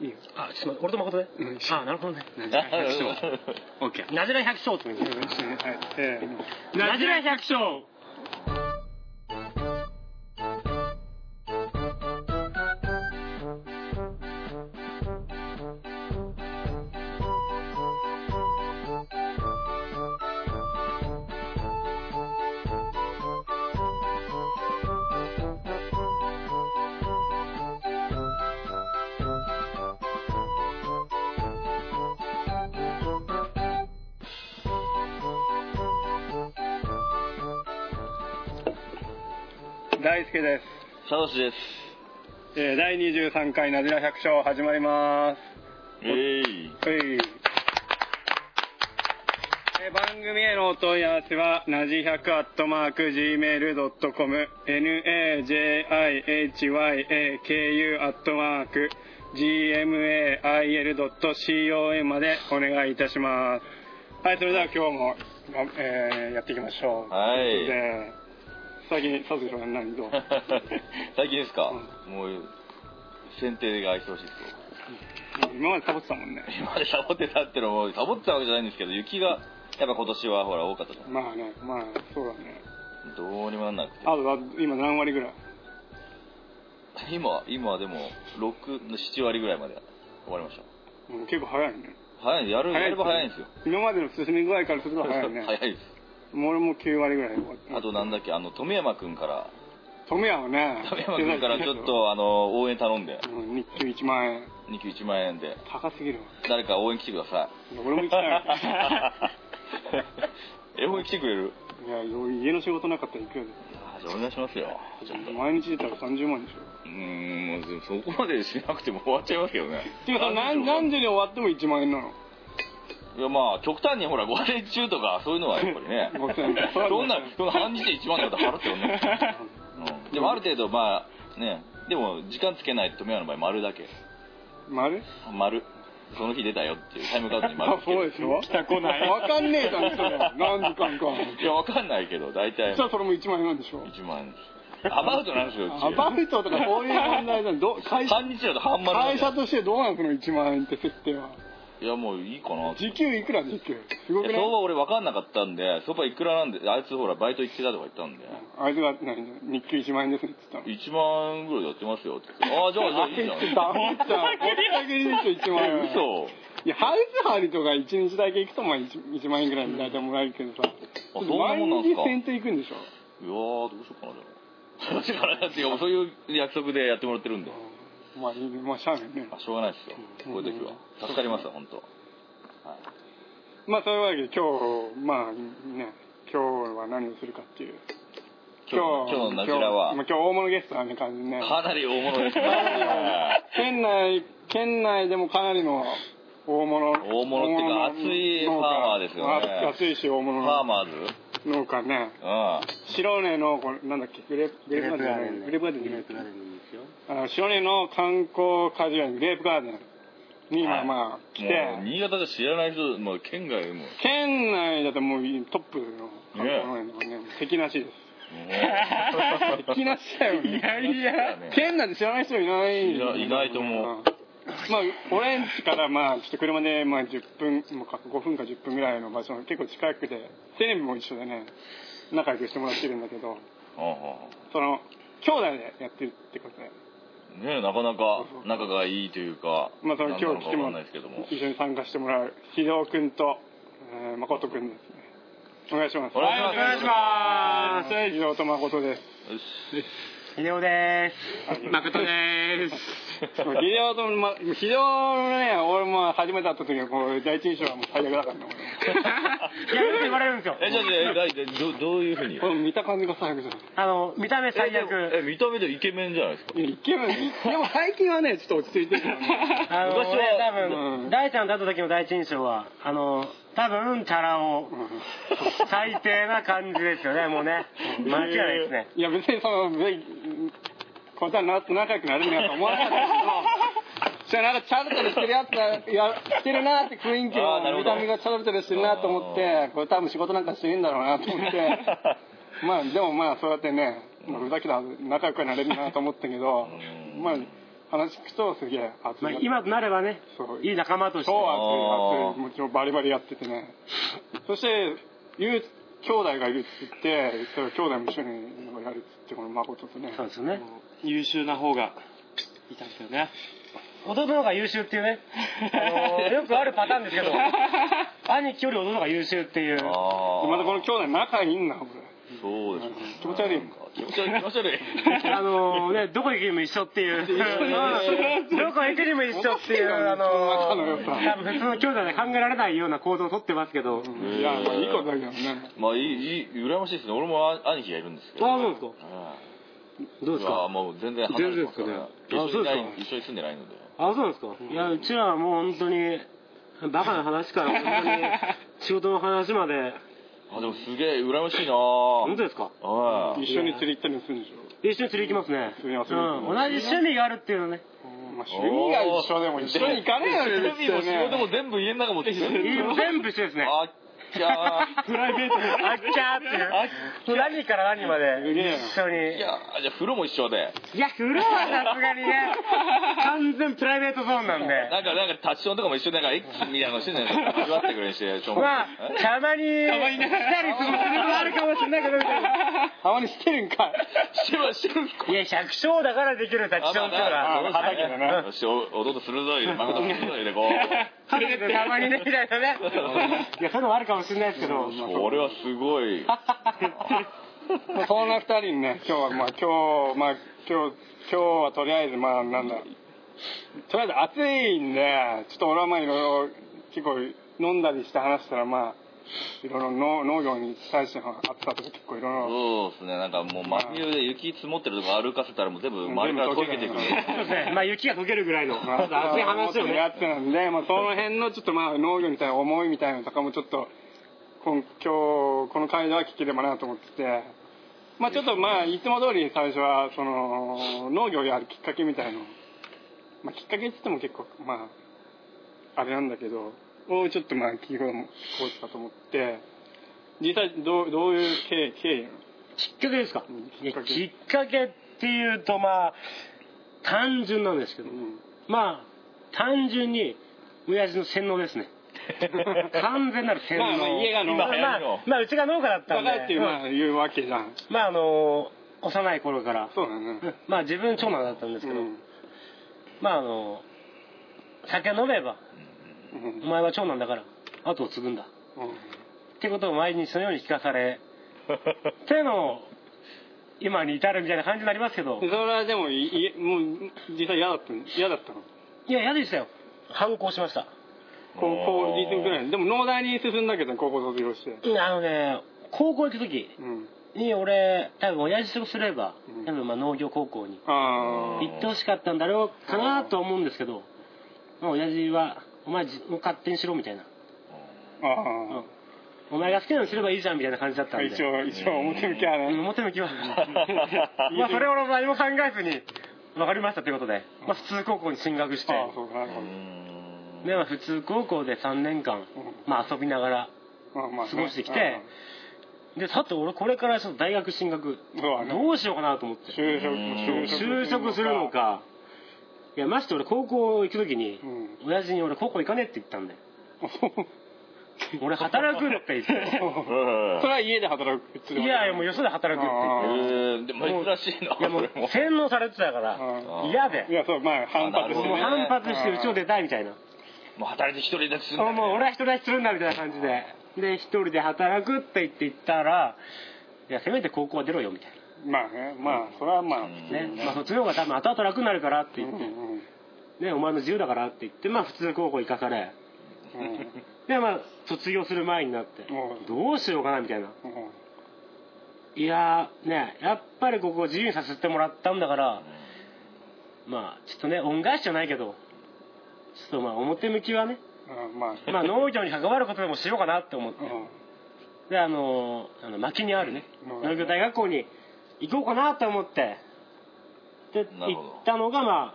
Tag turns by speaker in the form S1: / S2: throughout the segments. S1: いいよ
S2: あすいません俺と誠ね
S1: うん一緒
S2: あなるほどね
S1: なじら百姓オッケー
S2: なじら百姓って言うんですよ
S1: はいせーの
S2: なじら百姓
S1: 大輔です
S3: サトシです。
S1: えー第23回なじら百姓始まります
S3: えい。
S1: はい。えー番組へのお問い合わせは、なじ100アットマーク Gmail.com、najihyaku アットマーク gmail.com までお願いいたします。はい、それでは今日も、がえーやっていきましょう。
S3: はい
S1: で、先に、さすがさん何どう
S3: 最近ですか、もう、選定が忙しいですよ。
S1: 今までサボってたもんね。
S3: 今までサボってたってのも、サボってたわけじゃないんですけど、雪が、やっぱ今年はほら多かったじゃん。
S1: まあね、まあ、そうだね。
S3: どうにもなんなくて。
S1: あと、あ今何割ぐらい
S3: 今は、今はでも、6、7割ぐらいまで終わりまし
S1: うん結構早いね。
S3: た。早い、やる、
S1: 早い
S3: やれば早いんですよ。
S1: 今までの進み具合からすると早いね
S3: 早いです。
S1: もう俺も9割ぐらい終わった
S3: あとなんだっけ、あの、富山くん から、
S1: 富山はね
S3: 富山くんからちょっと、あの、応援頼んで、
S1: うん日給1万円
S3: 2級1万円で、
S1: 高すぎるわ
S3: 誰か応援来てくださ
S1: 俺も行き たい
S3: い。え、応援来てくれる
S1: いや家の仕事なかったら行くよ
S3: あじゃあお願いしますよ。
S1: 毎日出たら30万でしょ
S3: うーん、もうそこまでしなくても終わっちゃいます けどね。
S1: ていうかさ何何時に終わっても1万円なの
S3: いやまあ、極端にほら、午前中とか、そういうのはやっぱりね
S1: 午前中。
S3: そんな、そんな半日で1万だと払って よね。うん、でもある程度、まあ、ね、でも時間つけないと富山の場合、丸だけ。
S1: 丸
S3: 丸。その日出たよっていうタイムカードに丸
S1: あ
S3: つけ
S1: そう
S3: る。
S1: でしょ来た来ない分かんねえじゃんそれ何時間か
S3: いや、わかんないけど、大体
S1: じゃあそれも1万円なんでしょ
S3: 1万。アバウトなんですよ、うち
S1: アバウトとかそういう問題じゃんど会社
S3: 半日だと半丸なん
S1: 会
S3: だよ
S1: 社としてどうなんその1万円って設定はい
S3: や、もういいかなって。
S1: 時給いくら時給すご
S3: い
S1: くな
S3: や
S1: い
S3: 相場俺分かんなかったんで相場いくらなんであいつほらバイト行ってたとか言ったんで
S1: あいつが何日給1万円ですねって言ったの。
S3: 1万ぐらいやってますよって言ってああじゃあじゃあいいじ ゃん
S1: ダメじゃん。ぼったくりでしょ、1万円。
S3: え嘘
S1: いや、ハウスハリとか1日だけ行くと、まあ 1, 1万円ぐらい大体もらえるけどさ。
S3: そんなもんなんすか
S1: 毎日先手行くんでしょ。
S3: いやーどうしようかなじゃあ どうしようかなっていうかそういう約束でやってもらってるんで
S1: まあ、いいまあ、しゃあないね。
S3: あしょうがないですよこういう時は助かりますよ本当はい
S1: まあ、そういうわけで今日、まあね、今日は何をするかっていう。
S3: 今日今日のナジラ
S1: 今
S3: は
S1: 日まあ今日大物ゲストなんで感じね。
S3: かなり大物ですね
S1: 県内、県内でもかなりの大物。
S3: 大物っていうか熱いファーマーですよね
S1: あ熱いし、大
S3: フ
S1: 物
S3: ァー
S1: の
S3: マーズうん
S1: 農家ね。白根の、これ、なんだっけ、グレープ、グレープガーデンじゃない。グレープガーデンじゃない
S2: ガーデンですよ
S1: あの白根の観光果樹園、グレープガーデンに今、
S3: はい
S1: まあ、来
S3: もう
S1: て、
S3: 新潟じゃ知らない人もう県外で ももう
S1: 県内だともうトップの観光農園のね、敵なし です。敵なしだよね。
S3: いやね
S1: 県なんて知らない人いない
S3: いやいないと思
S1: まあ
S3: う
S1: 俺ん家からまあちょっと車でまあ10分もか5分か10分ぐらいの場所の結構近くでテレビも一緒でね仲良くしてもらってるんだけど
S3: うんうん
S1: その兄弟でやってるってことで
S3: ねえなかなか仲がいいというか、
S1: まあその
S3: なんな
S1: 今
S3: の
S1: 日来
S3: かわ
S1: て
S3: か
S1: も
S3: んないですけども。
S1: 一緒に参加してもらう秀夫君と、えー、誠君ですねお願いします
S3: お願いしま
S1: はお
S3: す
S1: 願いしますはい秀夫と誠です
S3: よし
S2: 秀夫で
S1: はい
S2: す誠です
S1: 秀夫と、ま、秀夫のね俺も初めて会った時はこう第一印象はもう最悪だからね俺
S2: いやめて言われるんですよ
S3: え、じゃあ、じゃあえ大体ど、どういうふうに
S1: この見た感じが最悪じゃん
S2: あの見た目最
S3: えでも
S2: 悪
S3: え、見た目でイケメンじゃないですか。
S1: いやイケメンでも最近はねちょっと落ち着いてるからね
S2: あの
S3: 昔は
S2: 俺多
S1: うん
S2: 分大ちゃんと会った時の第一印象はあの多分チャラ男最低な感じですよねもうね間違いないですね
S1: いや別にその別にこうやって仲良くなれるなと思わなかったけどじゃあなんかチャルトルしてるやつがやしてるなって雰囲気
S3: あーな
S1: も
S3: るほ
S1: 見た目
S3: ど
S1: がチャルトルしてるなと思ってこれ多分仕事なんかしてるんだろうなと思ってまあでもまあそうやってねまあふざけたら仲良くはなれるなと思ったけどまあ話聞くとすげえ熱い
S2: まあ、今となればね
S1: そう
S2: いい仲間として
S1: そう
S3: あー
S1: 熱い熱いもちろんバリバリやっててねそしてゆう兄弟がいるっつってそれ兄弟も一緒にやるっつってこの誠とね
S2: そうですよね
S4: もう優秀な方がいたんですよね
S2: 弟の方が優秀っていうね、あのーよくあるパターンです けど兄貴より弟の方が優秀っていう
S3: あー
S1: またこの兄弟仲いいんだ俺
S3: そうですね
S1: 気持ち悪い
S3: なんか気持ち悪い気持ち悪い
S2: あのね、どこ行くにも一緒っていう。どこ行くにも一緒っていう、あ
S1: 仲
S2: の
S1: の良さ
S2: 多分普通の兄弟で考えられないような行動をとってますけど。
S1: いやまあいいことだけどね
S3: まあいいいい羨ましいですね俺もあ兄貴がいるんですけど
S4: あそうですか
S2: ど
S3: ど
S2: うですか
S3: もう全然離れてますから
S4: 全然です
S3: 一緒に
S4: かねあ
S3: いない
S4: そうですか
S3: 一緒に住んでないので
S2: あ、そうなんですか。いや、うちらはもう本当に、バカな話から本当に、 仕事の話まで、
S3: あでもすげえ羨ましいな
S2: 本当
S3: ぁ
S2: ですか。
S3: はい
S1: 一緒に釣り行ったりもするんでしょ
S2: 一緒に釣り行きますね。
S1: 釣
S2: う
S1: り
S2: ん
S1: はする
S2: 同じ趣味があるっていうのね。
S1: まあ趣味が一緒でも一緒に行かねえよ
S3: テレビも仕事も全部家の中も全
S2: いい全部一緒ですね。
S3: あっきゃー
S2: プライベートで。あっちゃーっていう。何から何まで一緒に
S3: い。やーじゃあ風呂も一緒で
S2: いや、風呂はさすがにね、完全プライベートゾーンな んで。
S3: なんかなんかタッチションとかも一緒でなんか一気みたいなのしてんじゃないですか味わってくれるしちょん
S2: まあ、たまに、来たりすることあるかもしれないけど、みたいな。
S1: たまにしてるんかい
S3: してるしてる
S2: いや、百姓だからできるタッチションっていうの
S1: あまあ
S2: は。
S1: 畑だな
S3: よしお弟鋭いで誠も鋭いでこう
S2: 家族でたまにね、みたいなね。いや、そういうのもあるかもしれないですけ ど。
S3: これはすごい
S1: まあそんな二人にね今日はまあ今日まあ今日今日はとりあえずまあなんだとりあえず暑いんでちょっと俺はまあいろいろ結構飲んだりして話したらまあいろいろ農農業に対しての暑さとか結構いろいろ
S3: そうですねなんかもう真冬で雪積もってるとこ歩かせたらもう全部周りから溶けていくる
S2: そうですね。まあ、雪が溶けるぐらいの、
S1: まあ
S2: 熱い話をね。
S1: やってたんで、まあ、その辺のちょっとまあ農業みたいな思いみたいなのとかもちょっとこん今日この会では聞ければなと思ってて。まあちょっとまあいつも通り最初はその農業やるきっかけみたいの、まあ、きっかけって言っても結構まああれなんだけどをちょっとまあ聞いてもこうしたと思って実際どうどういう経緯経緯なの
S2: きっかけですか
S1: うん。
S2: いや
S1: きっかけ
S2: きっかけっていうと、まあ、単純なんですけど。まあ、単純に、親父の洗脳で すね。完全なる洗脳。
S1: まあまあ家が農家
S2: まあ
S3: 今
S2: まあ
S3: 流行りの
S2: まあうちが農家だった
S1: だ
S2: ん
S1: からって
S2: で、
S1: いう
S2: うん
S1: まあ言うわけじゃん
S2: まああのー幼い頃から、
S1: そうだね
S2: うんまあ自分長男だったんです
S1: う
S2: け
S1: ん
S2: ど、まああのー酒飲めば、
S1: うん
S2: お前は長男だから、後を継ぐんだ。ってことを毎日そのように聞かさ れ、っていうのを、今に至るみたいな感じになりますけど
S1: そ、れはでもいいもう実際嫌だったの嫌だったの
S2: いや、嫌でしたよ。反抗しました。
S1: 高校2年ぐらいでも農大に進んだけど高校卒業して
S2: うんあのね、高校行く時
S1: うん
S2: に俺、多分親父とすれば
S1: うん、
S2: 多分まあ農業高校に
S1: ああ
S2: 行ってほしかったんだろうかなとは思うんですけど、まあ親父は、お前自勝手にしろみたいな。
S1: あ
S2: お前が好きなのすればいいじゃんみたいな感じだった
S1: あ
S2: んで。
S1: 一応一応表向きは
S2: うん。
S1: ね
S2: 表向きは。 まあそれを何も考えずに、分かりましたということで、まあ普通高校に進学して、
S1: ああそうか
S3: うー
S1: うん
S2: でまあ普通高校で3年間、まあ遊びながら
S1: まあまあ
S2: 過ごしてきて、で、さて俺これからちょっと大学進学、
S1: うんそうだね
S2: どうしようかなと思って。
S1: 就職
S2: 就職するのか。いや、まして俺高校行くときに
S1: う、ん
S2: 親父に俺高校行かねえって言ったんだよ。俺働くって言って。
S1: それは家で働く普通
S2: いやいや、もうよそで働くって言って。
S3: えーでも珍しいない
S2: やもう
S3: それも
S2: 洗脳されてたか
S1: う
S2: ら
S3: ん
S2: 嫌で
S1: いやそうまあ反発して
S3: なる
S2: もう
S3: ほどね
S2: 反発してうちを出たいみたいな
S3: もう働いて一人だけするんだ
S2: あもう俺は一人立ちするんだみたいな感じでで一人で働くって言って行ったらいやせめて高校は出ろよみたい
S1: まあねまあそれはまあ
S3: うん
S2: なねまあそっちの方が多分後々楽になるからって
S1: う
S2: 言
S1: ん
S2: って
S1: うん
S2: ねお前の自由だからって言ってまあ普通の高校行かされ
S1: うん
S2: でまあ卒業する前になって
S1: うん
S2: どうしようかなみたいな
S1: うん
S2: いやーねやっぱりここを自由にさせてもらったんだからまあちょっとね恩返しじゃないけどちょっとまあ表向きはね
S1: うんまあ
S2: まあ農業に関わることでもしようかなって思って。で、あのー、あの牧にあるね、
S1: うん
S2: 農業大学校に行こうかなと思って、で、
S3: なるほど
S2: 行ったのが、まあ、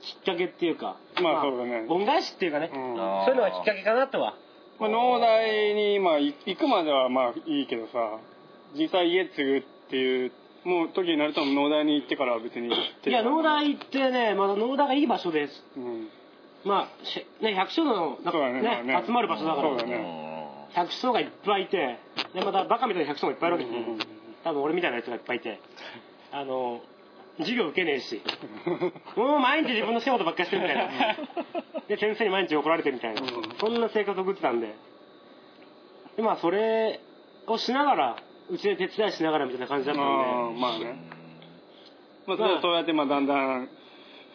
S2: きっかけっていうか、
S1: まあそうだね
S2: 恩返しっていうかね、
S1: うんうん
S3: あー
S2: そういうのがきっかけかなとは。
S1: まあ、農大にまあい行くまではまあいいけどさ実際家継ぐっていうもう時になると農大に行ってからは別に
S2: いや、農大行ってね、まだ農大がいい場所です。
S1: うん
S2: まあ、しね、百姓の、なん
S1: そうだね
S2: かね
S1: まあね
S2: 集まる場所だか
S1: そうだ
S2: ら、
S1: ね
S2: 百姓がいっぱいいて、で、またバカみたいな百姓もいっぱいいるわけですよ
S1: うんうんうん
S2: 多分俺みたいなやつがいっぱいいて、あの、授業受けねえし、もう毎日自分の仕事ばっかりしてるみたい な。で、先生に毎日怒られてみたいな。
S1: うん
S2: そんな生活を送ってたんで。で、まあ、それをしながら、うちで手伝いしながらみたいな感じだったん
S1: あ
S2: で、
S1: ーまあねまあそれ
S2: ま
S1: は
S2: あ
S1: そうやってまあだんだん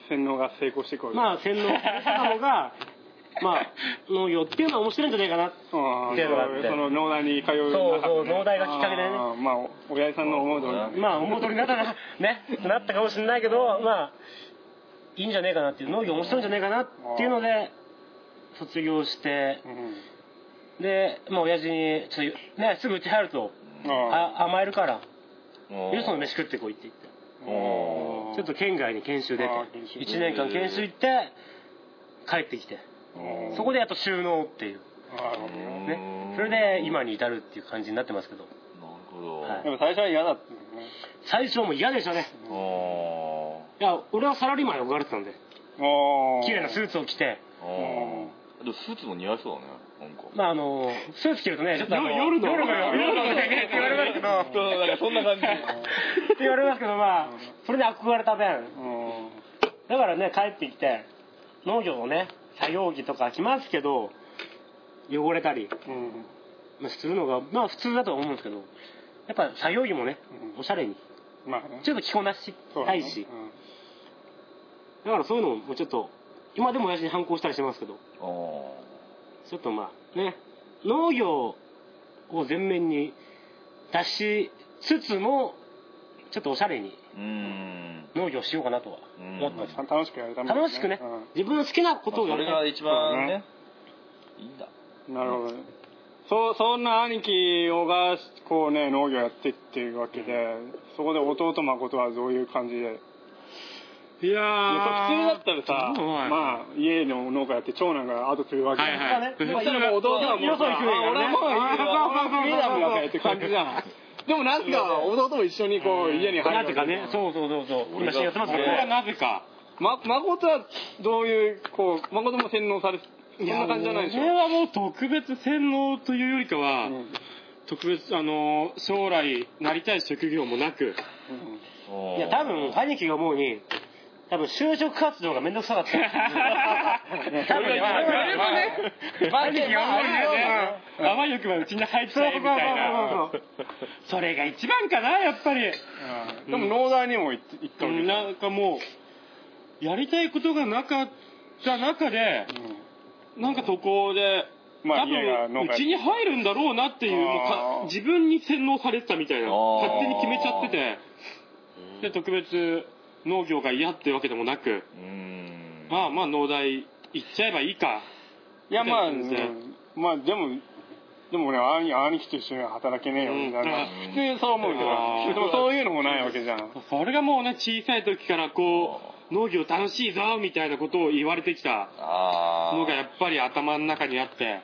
S1: 洗脳が成功していこう
S2: ま
S1: あ
S2: あ、洗脳されの が、まあ、農業っていうのは面白いんじゃないかなって
S1: そ
S2: っていうのがあっ
S1: う
S2: て
S1: その農大に通う
S2: そ
S1: 中で
S2: う
S1: ね
S2: そう農大がきっかけでね
S1: あーまあ親父さんの思う通りだね
S2: まあ、思う通りになったな、 ね、なったかもしれないけど、まあ、いいんじゃねえかなっていう、農業面白いんじゃねえかなっていうので、卒業して、
S1: うん
S2: で、まあ、親父に、ちょっと、ね、すぐうち入ると、
S1: あ
S2: あ甘えるから、
S3: うん
S2: よその飯食ってこいって言って、
S1: ー
S3: お
S2: ちょっと県外に研修出て
S1: あー研、修
S2: 1年間研修行って、帰ってきて、
S1: うん
S2: そこでやっと収納っていう、
S1: あー
S3: うん
S2: ね、それで今に至るっていう感じになってますけど、
S3: なるほど、
S2: はい
S1: でも最初は嫌だったよね
S2: 最初はもう嫌でしたね。
S3: おー
S2: いや、俺はサラリーマンに憧れてたんで、
S1: おー
S2: 綺麗なスーツを着て、
S3: おーでもスーツも似合いそうだねなんか
S2: まああのスーツ着るとねちょっとあの
S1: 夜の
S2: 夜の夜のねって言われますけどっ
S3: そうなんかそんな感じ
S2: て言われますけどまあそれに憧れた分
S1: うん
S2: だからね帰ってきて農業のね作業着とか着ますけど汚れたり
S1: うん
S2: まあするのがまあ普通だとは思うんですけどやっぱ作業着もね
S1: うん
S2: おしゃれに
S1: まあね
S2: ちょっと着こなし
S1: そうだ
S2: た
S1: ね
S2: いし
S1: うん
S2: だからそういうのもちょっと今でも親父に反抗したりしてますけど
S3: おー
S2: ちょっとまあね、農業を全面に出しつつも、ちょっとおしゃれに
S3: うん
S2: 農業しようかなとは
S3: うん
S2: 思ってます。
S1: 楽しくやるために
S2: 楽しくね
S1: うん、
S2: 自分の好きなことをや
S3: そ
S2: る
S3: れが一番ね
S1: ね
S3: いいんだ
S1: なるほどね。そう、そんな兄貴をが、こうね、農業やってっていうわけで、そこで弟誠はどういう感じで。いや
S4: いや
S1: 普通だったらさ、
S4: はい
S1: まあ、家の農家やって長男が後継ぐわけじゃん
S4: はいはい
S2: 普通
S1: そ
S2: は
S1: し
S2: ね
S1: たらもう弟はもう
S2: よそ行くよ
S1: あ俺はもういいよ
S2: あそう
S1: 俺はフリーダムだか
S2: そうそうそう
S1: らって感じじゃん。 でもなんか、弟も一緒にこう、家に入る
S2: なぜかね、
S1: う。
S2: そうそうそうそう、今、やってます
S4: そ
S2: か
S4: れは
S2: らね。
S4: なぜか
S1: ま、誠はどういう、こう、誠も洗脳され、そんな感じじゃないでしょ
S4: こ。れはもう特別洗脳というよりかは、
S1: うん
S4: 特別あの将来なりたい職業もなく
S2: いや、多分、兄貴が思うに、多分、就職活動がめんどくさかった。多分、まあ兄貴が思うにね。
S4: あわよくばうちに入っちゃえみたいな
S2: そう
S4: それが一番かなやっぱり
S1: うんでも農大にも行って行ったわけじゃん
S4: なんかもうやりたいことがなかった中でなんか渡航で
S1: まあ
S4: 多
S1: 家が農
S4: 分
S1: 家
S4: うちに入るんだろうなっていうもうか
S1: あー
S4: 自分に洗脳されてたみたいな
S3: あー
S4: 勝手に決めちゃっててで特別農業が嫌ってわけでもなく
S3: うん
S4: まあまあ農大行っちゃえばいいか
S1: いやまあ、
S4: みたいな
S1: う
S4: 感
S1: んまあでもでも俺兄兄貴と一緒には働けねえよみたいな、
S4: うん
S1: 普通にそう思うけど
S4: あー
S1: でもそういうのもないわけじゃん
S4: それがもうね小さい時からこう農業楽しいぞみたいなことを言われてきた
S3: ああ
S4: のがやっぱり頭の中にあって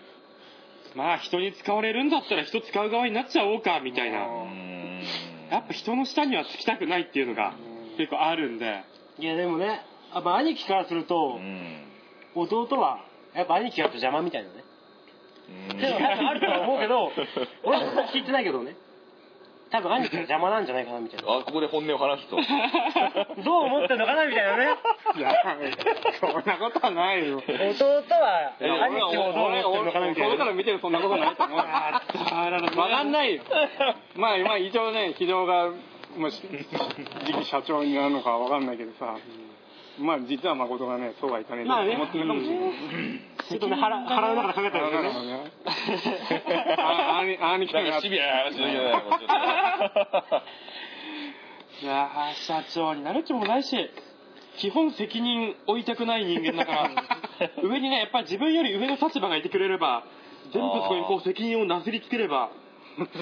S4: まあ人に使われるんだったら人使う側になっちゃおうかみたいな
S1: う
S3: うん
S4: やっぱ人の下にはつきたくないっていうのが結構あるんで
S2: いや、でもね、やっぱ兄貴からする
S3: う
S2: と、
S3: ん
S2: 弟はやっぱ兄貴がやっぱ邪魔みたいなね
S3: うん
S2: っていうのが 多分あるとは思うけど俺はそんな聞いてないけどね多分兄貴が邪魔なんじゃないかなみたいな
S3: あここで本音を話すと
S2: どう思ってんのかなみたいなね
S1: いやそんなことはないよ
S2: 弟は
S1: 俺は
S2: 兄貴をどう思ってんのかなみた
S1: 俺
S2: い
S1: か
S2: な
S1: ら見てるそんなことないと思うわ
S4: あらら
S1: かんないよまあ今一応ね非常がもし次期社長になるのかわかんないけどさまあ実は誠がねそうはいかねえと
S2: まあね
S1: 思ってるかもしれない、
S2: ちょっとね腹腹の中で考えたんですよね
S1: ね。あ、兄、兄貴
S3: なんかシビアな話だけどねもうちょっ
S4: いやー社長になる気もないし基本責任負いたくない人間だから上にねやっぱり自分より上の立場がいてくれれば全部そこにこう責任をなすりつければ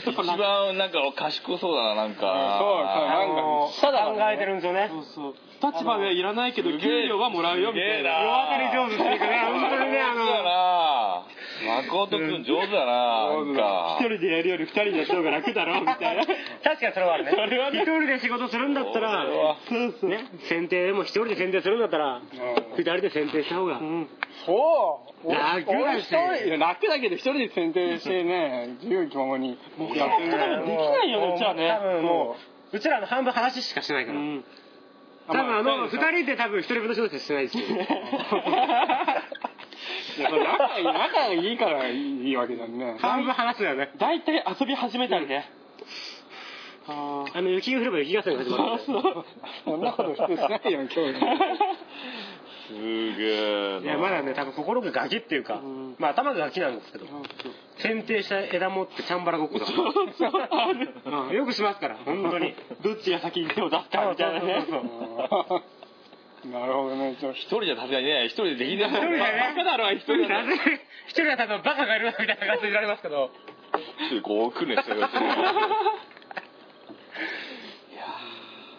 S3: と一番なんか賢そうだななんか
S1: そう
S2: あの
S1: 下だからね
S2: 考えてるんですよね
S4: そうそう立場でいらないけど
S3: すげえ
S4: 給料はもらうよみたい
S3: すげえ
S4: な
S3: な
S2: 弱当たり上手っていうかね本当にねあの
S3: そうだな誠くん上手だななんか
S4: 一人でやるより二人でやった方が楽だろうみたいな
S2: 確かにそれはあるね
S4: それはね
S2: 一人で仕事するんだったら
S3: それは
S4: そうそう、
S2: ね剪定でも一人で剪定するんだったら二人で剪定した方が
S4: うん、
S1: そう俺
S2: 楽だぜ
S1: 俺一人いや楽だけど一人で選定してね 自由気ままに
S4: もう
S1: やってる
S4: そんなことできないよね
S2: も
S4: うちはね
S2: 多分も
S1: そう
S2: うちらの半分話しかしてないから、
S4: うん、
S2: 多分あの二
S1: い
S2: 人で多分一人分の仕事しかしてない ですよ
S1: やそれ仲いい仲がいいからいいわけじゃんね
S2: 半分話すよね
S4: 大体遊び始めたりね、あ
S2: あの雪が降れば雪合戦が始まるん
S4: あ
S2: で
S4: そうそう
S1: そんなこと普通しないよ今日
S3: すげえ
S2: いやまだね多分心がガキっていうか、
S4: ん
S2: まあ頭がガキなんですけど剪定した枝持ってチャンバラごっこだからうんよくしますから本当に
S4: どっちが先に手を出すかみたいなね
S2: そうそうそう
S1: なるほどねちょっと
S3: 一人じゃさすがにね一人でできない
S2: 一人でね
S4: バカだろあいつ
S2: 一人だね一人だとバカがいるなみたいな感じで言われますけど
S3: ちょっとこう訓練してる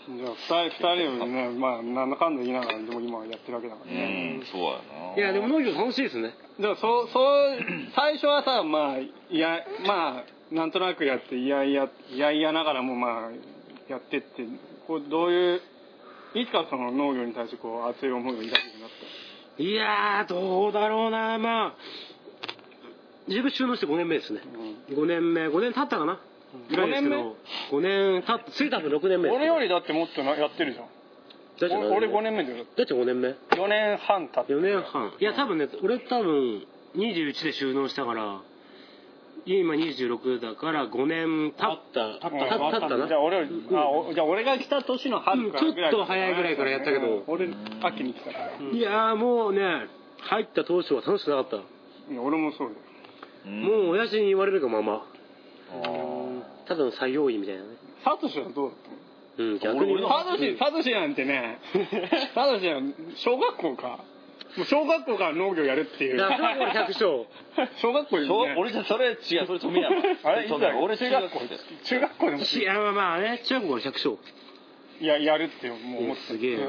S1: じゃあ二人二人もねまあなんだかんだ言いながらでも今やってるわけだから
S3: う
S1: ね
S3: んそうだよない
S2: やでも農業楽しいですね
S1: でもそうそう最初はさまあいやまあなんとなくやっていやいやいやいやながらもまあやってってこうどういういつかその農業に対してこう熱い思いを抱くようになっ
S2: いやーどうだろうなまあ自分収納して5年目ですね5年目5年経ったかな
S1: 5年目
S2: 5年経ってついたの6年目
S1: た
S2: です
S1: 俺よりだってもっとなやってるじゃん
S2: だって
S1: お俺5年目だよ
S2: だって5年目
S1: 4年半経って
S2: 4年半いや多分ね俺多分21で収納したから今26だから5年経った
S1: うん
S2: 経った経ったな
S1: じゃあ俺よりあおじゃあ俺が来た年の春からぐらいだね、
S2: うんちょっと早いぐらいからやったけど
S1: うん俺秋に来たから、
S2: いやーもうね入った当初は楽しくなかった、
S1: いや俺もそうだよ
S3: うん
S2: もう親父に言われるがまま
S3: あ
S2: ただの作業員みたいなね
S1: サトシはどうだったの
S2: うん逆
S3: 俺
S2: に
S3: 俺の
S1: サトシ、サトシなんて ね、サトシは小学校か。もう小学校から農業やるってい。
S2: いうやそれは俺百姓
S1: 小学校
S3: ー
S1: で
S3: そう
S1: ね、
S3: 俺じゃそれ違うそれ富山
S1: あれ
S3: 富山俺
S1: いつだ
S3: 中学校で
S1: 中学校でも
S2: いやまあまあね中学校は百姓
S1: ややるってもう思ってた
S2: すげえす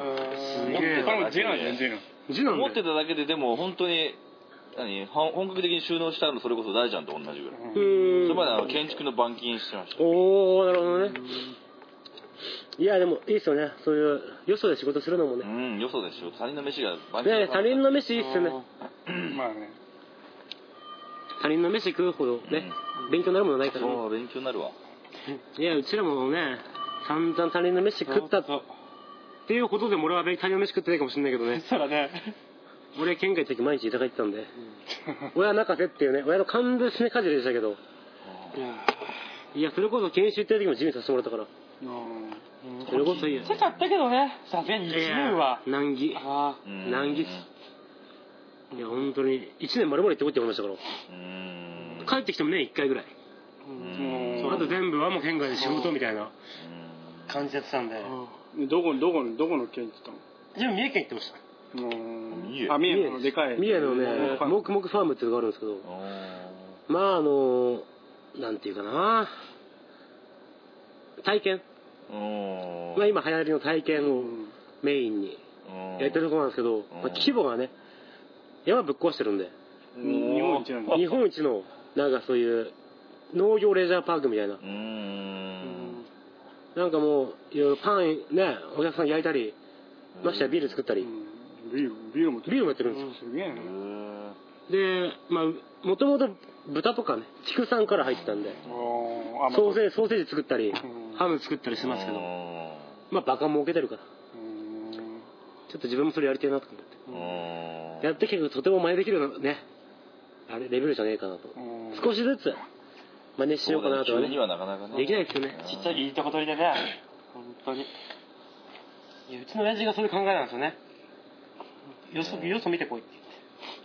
S2: げえ
S1: それも次男じゃん、次男。
S2: 字なんだ
S3: 持って
S2: よ
S3: ただけででも本当に何本本格的に収納したのそれこそ大ちゃんと同じぐらい、
S2: う
S3: そ
S2: ー
S3: れ
S2: ん
S3: まであの建築の板金してました
S2: おおなるほどねいやでもいいっすよねそういうよそで仕事するのもね
S3: うんよそでしょ他人の飯が板金
S2: ね他人の
S3: 飯
S2: 飯いいっすよね
S1: まあね。
S2: 他人の飯食うほどね勉強になるものないからね
S3: そう勉強になるわ
S2: いやうちらもね散々他人の飯食ったっていうことでも俺は他人の飯食ってないかもしれないけどね
S4: そしたらね
S2: 俺県外行った時毎日居酒屋行ってたんで親泣かせっていうね親の勘ですねかじりでしたけど
S1: いや
S2: いやそれこそ研修行ってる時も自由にさせてもらったから
S1: うん
S2: それこそいいや
S4: ちっちゃかったけどねさすがに1年は
S2: 難儀
S4: ああ
S3: うん
S2: 難儀っすいや本当に1年丸々行ってこいって思いましたか
S3: う
S2: ら
S3: ん
S2: 帰ってきてもね1回ぐらい
S1: も
S2: あと全部はもう県外で仕事みたいな感じやってたんで
S1: う、どこ、どこの、どこの県行ったの
S2: でも三重県行ってました
S1: うん
S3: 三重
S1: あ、三重のでかい。
S2: 三重のね
S1: うん
S2: もくもくファームっていうのがあるんですけど
S3: う
S2: まああのなんていうかな体験
S3: ん
S2: まあ今流行りの体験をメインに
S3: うん
S2: やってるところなんですけど、まあ、規模がね山ぶっ壊してるんで
S1: に日本一なんだ。
S2: 日本一のなんかそういう農業レジャーパークみたいな
S3: うん
S2: なんかもういろいろパンねお客さん焼いたりましてやビール作ったり
S1: うんビール、ビールも
S2: ビールもやってるんですよ
S1: すげえね。
S2: でまあもともと豚とかね畜産から入ってたんで
S1: おーあまあ
S2: ソーセージソーセージ作ったり
S1: ん
S2: ハム作ったりしてますけど
S3: う
S2: まあバカ儲けてるから
S1: うん
S2: ちょっと自分もそれやりたいなと思っ
S3: ん
S2: てやってきてとても真似できるようなねあれレベルじゃねえかなと
S1: うん
S2: 少しずつ真似しようかなと
S3: そう
S2: は
S3: だね急
S2: ね
S3: にはなかなかね
S2: できないですよね
S4: ちっちゃいいいとこ取りでね本当に
S2: いやうちの親父がそういう考えなんですよね
S4: よそよそ見てこいって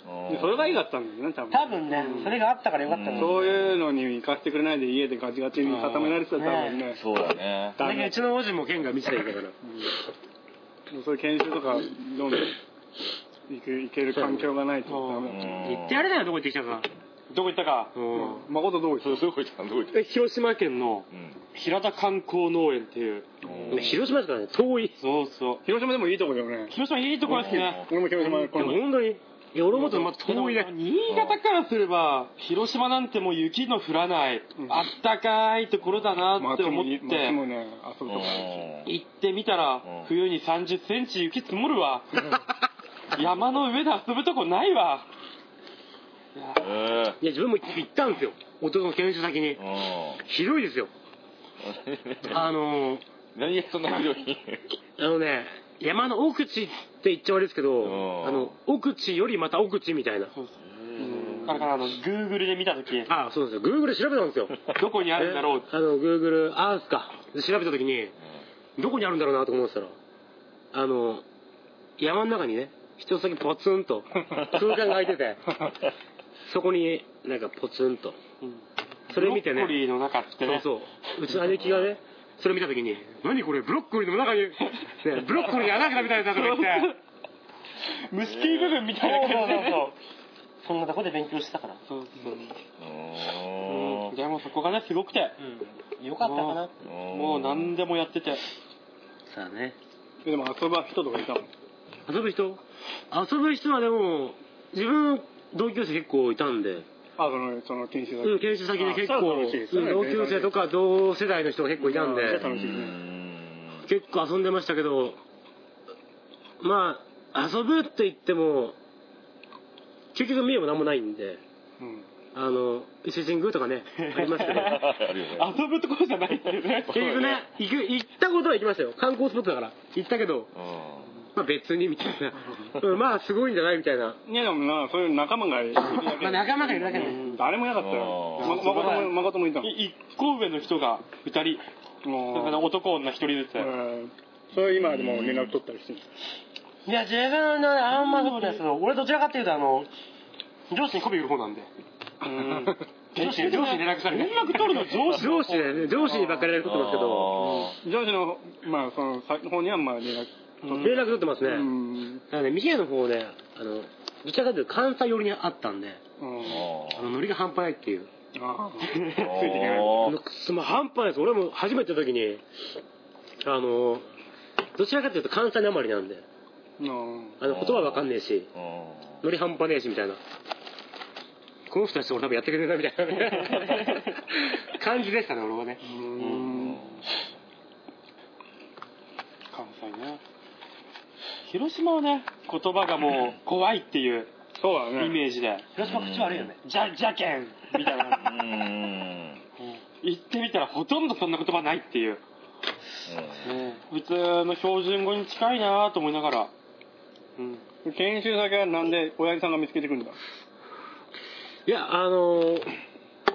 S3: うん
S1: でそれがいいかったんだよね、多分。
S4: 多分ねそれがあったからよかったんだよ
S1: そういうのに行かせてくれないで家でガチガチに固められてたら多分ね、
S3: そうだね
S1: ダ
S2: だけど
S1: メ
S2: うちの王子も県が見てたから
S1: もうそういう研修とかどんどん行け行ける環境がないとダメだと思
S2: 行ってやれたよどこ行ってきたか
S4: どこ行ったか
S2: うん
S1: う。誠どう
S3: そ
S1: で
S3: れ
S1: す
S3: どこ行ったのどこ行った
S4: え広島県の平田観光農園っていう
S3: の
S2: ね広島ですからね遠い
S4: そうそう
S1: 広島でもいいとこだよね。
S4: 広島いいとこですね
S1: 俺も広島、こ
S2: でも
S1: の
S2: 本当にいや俺もちょっとまあ遠いね
S4: 新潟からすれば広島なんてもう雪の降らない、
S1: うん
S4: あったかいところだなっ
S1: 夏
S4: て思
S1: も
S4: って
S1: に夏もね遊ぶとこあ
S4: 行ってみたら
S3: うん
S4: 冬に3 0センチ雪積もるわ山の上で遊ぶとこないわいや
S3: え
S2: いや自分も行ったんですよ弟の研修先に
S3: えうん
S2: ひどいですよあのー
S3: 何がそんなひどい
S2: あのね山の奥地って言っちゃ悪いですけ
S3: うん
S2: どあの奥地よりまた奥地みたいな
S4: そうですねだからあのグーグルで見た時
S2: あそうですよ Google で調べたん ですよ
S4: どこにあるんだろう
S2: えあの Google アースかで調べた時にどこにあるんだろうなと思ってたらあの山の中にね人先ポツンと空間が空いててそこになんかポツンと
S4: うん
S2: それ見て
S4: ブロッコ
S2: ね
S4: リーの中ってね
S2: そうそううちの姉貴がねそれ見た時に「何これブロッコリーの中に、ね、ブロッコリー穴開けたみたいだ」とか言って
S4: 虫食い部分みたいな感じでね
S2: そんなとこで勉強してたから
S4: そうそう
S3: うん
S4: うんでもそこがねすごくて
S2: うんよ
S4: かったかなもう何でもやってて
S2: さあね
S1: るでも遊ぶ人とかいたもん
S2: 遊ぶ人遊ぶ人はでも自分同級生結構いたんで
S1: あそのその研修先
S2: うん、研修先で結構、
S1: あそう楽しいですね
S2: うん同級生とか同世代の人が結構いたんで、
S1: うん楽しいね
S3: うん
S2: 結構遊んでましたけど、まあ、遊ぶって言っても、結局見えも何もないんで、
S1: うん
S2: あの、伊勢神宮とかね、ありますけど、
S3: あるよね
S4: 遊ぶところじゃないっていうね
S2: 結局ね、行く、行ったことは行きましたよ。観光スポットだから。行ったけ
S3: う
S2: ど、
S3: ん
S2: まあ別にみたいな。うん、まあすごいんじゃないみたいな。
S1: いやでもなそういう仲間がいるだけで
S2: まあ仲間がいるだけで。
S1: 誰もいなかったよ
S3: あー
S1: ま誠も誠もいたもん
S4: い一個上の人が2人だから
S1: もう
S4: 男女1人ずつ
S1: うんそれ今でも連絡取ったりしてる
S2: いや、自分のあんまそうですけど、俺どちらかっていうと、あの、
S4: 上司に媚び売る方なんで
S1: うん
S4: 上司に上司に連絡され連絡取るの上司
S2: 上司だよね、上司にばっかり連絡取ってますけど、
S1: 上司のまあその先方にはまあ連絡
S2: 連絡取ってますね。
S1: うん
S2: なので、三重の方ね、あの、どちらかというと関西寄りにあったんで、
S1: うん
S2: あの、ノリが半端ないっていう。
S1: あ
S3: ついて
S1: いていけない
S2: まあ、半端ないです。俺も初めての時に、あの、どちらかというと関西なまりなんで、
S1: ーうん
S2: あの、言葉わかんねえし、ノリ半端ねえし、みたいな。この人たちと俺多分やってくれるな、みたいなね感じでしたね、俺はね。
S1: うん
S4: 関西ね広島はね言葉がもう怖いっていう
S1: そうだね
S4: イメージで
S2: 広
S3: 島口悪いよね。
S4: じゃじゃけんみたいな
S3: うん
S4: 言ってみたらほとんどそんな言葉ないっていう普通の標準語に近いなと思いながらうん
S1: 研修先はなんで親父さんが見つけてくるんだ
S2: いや、あの、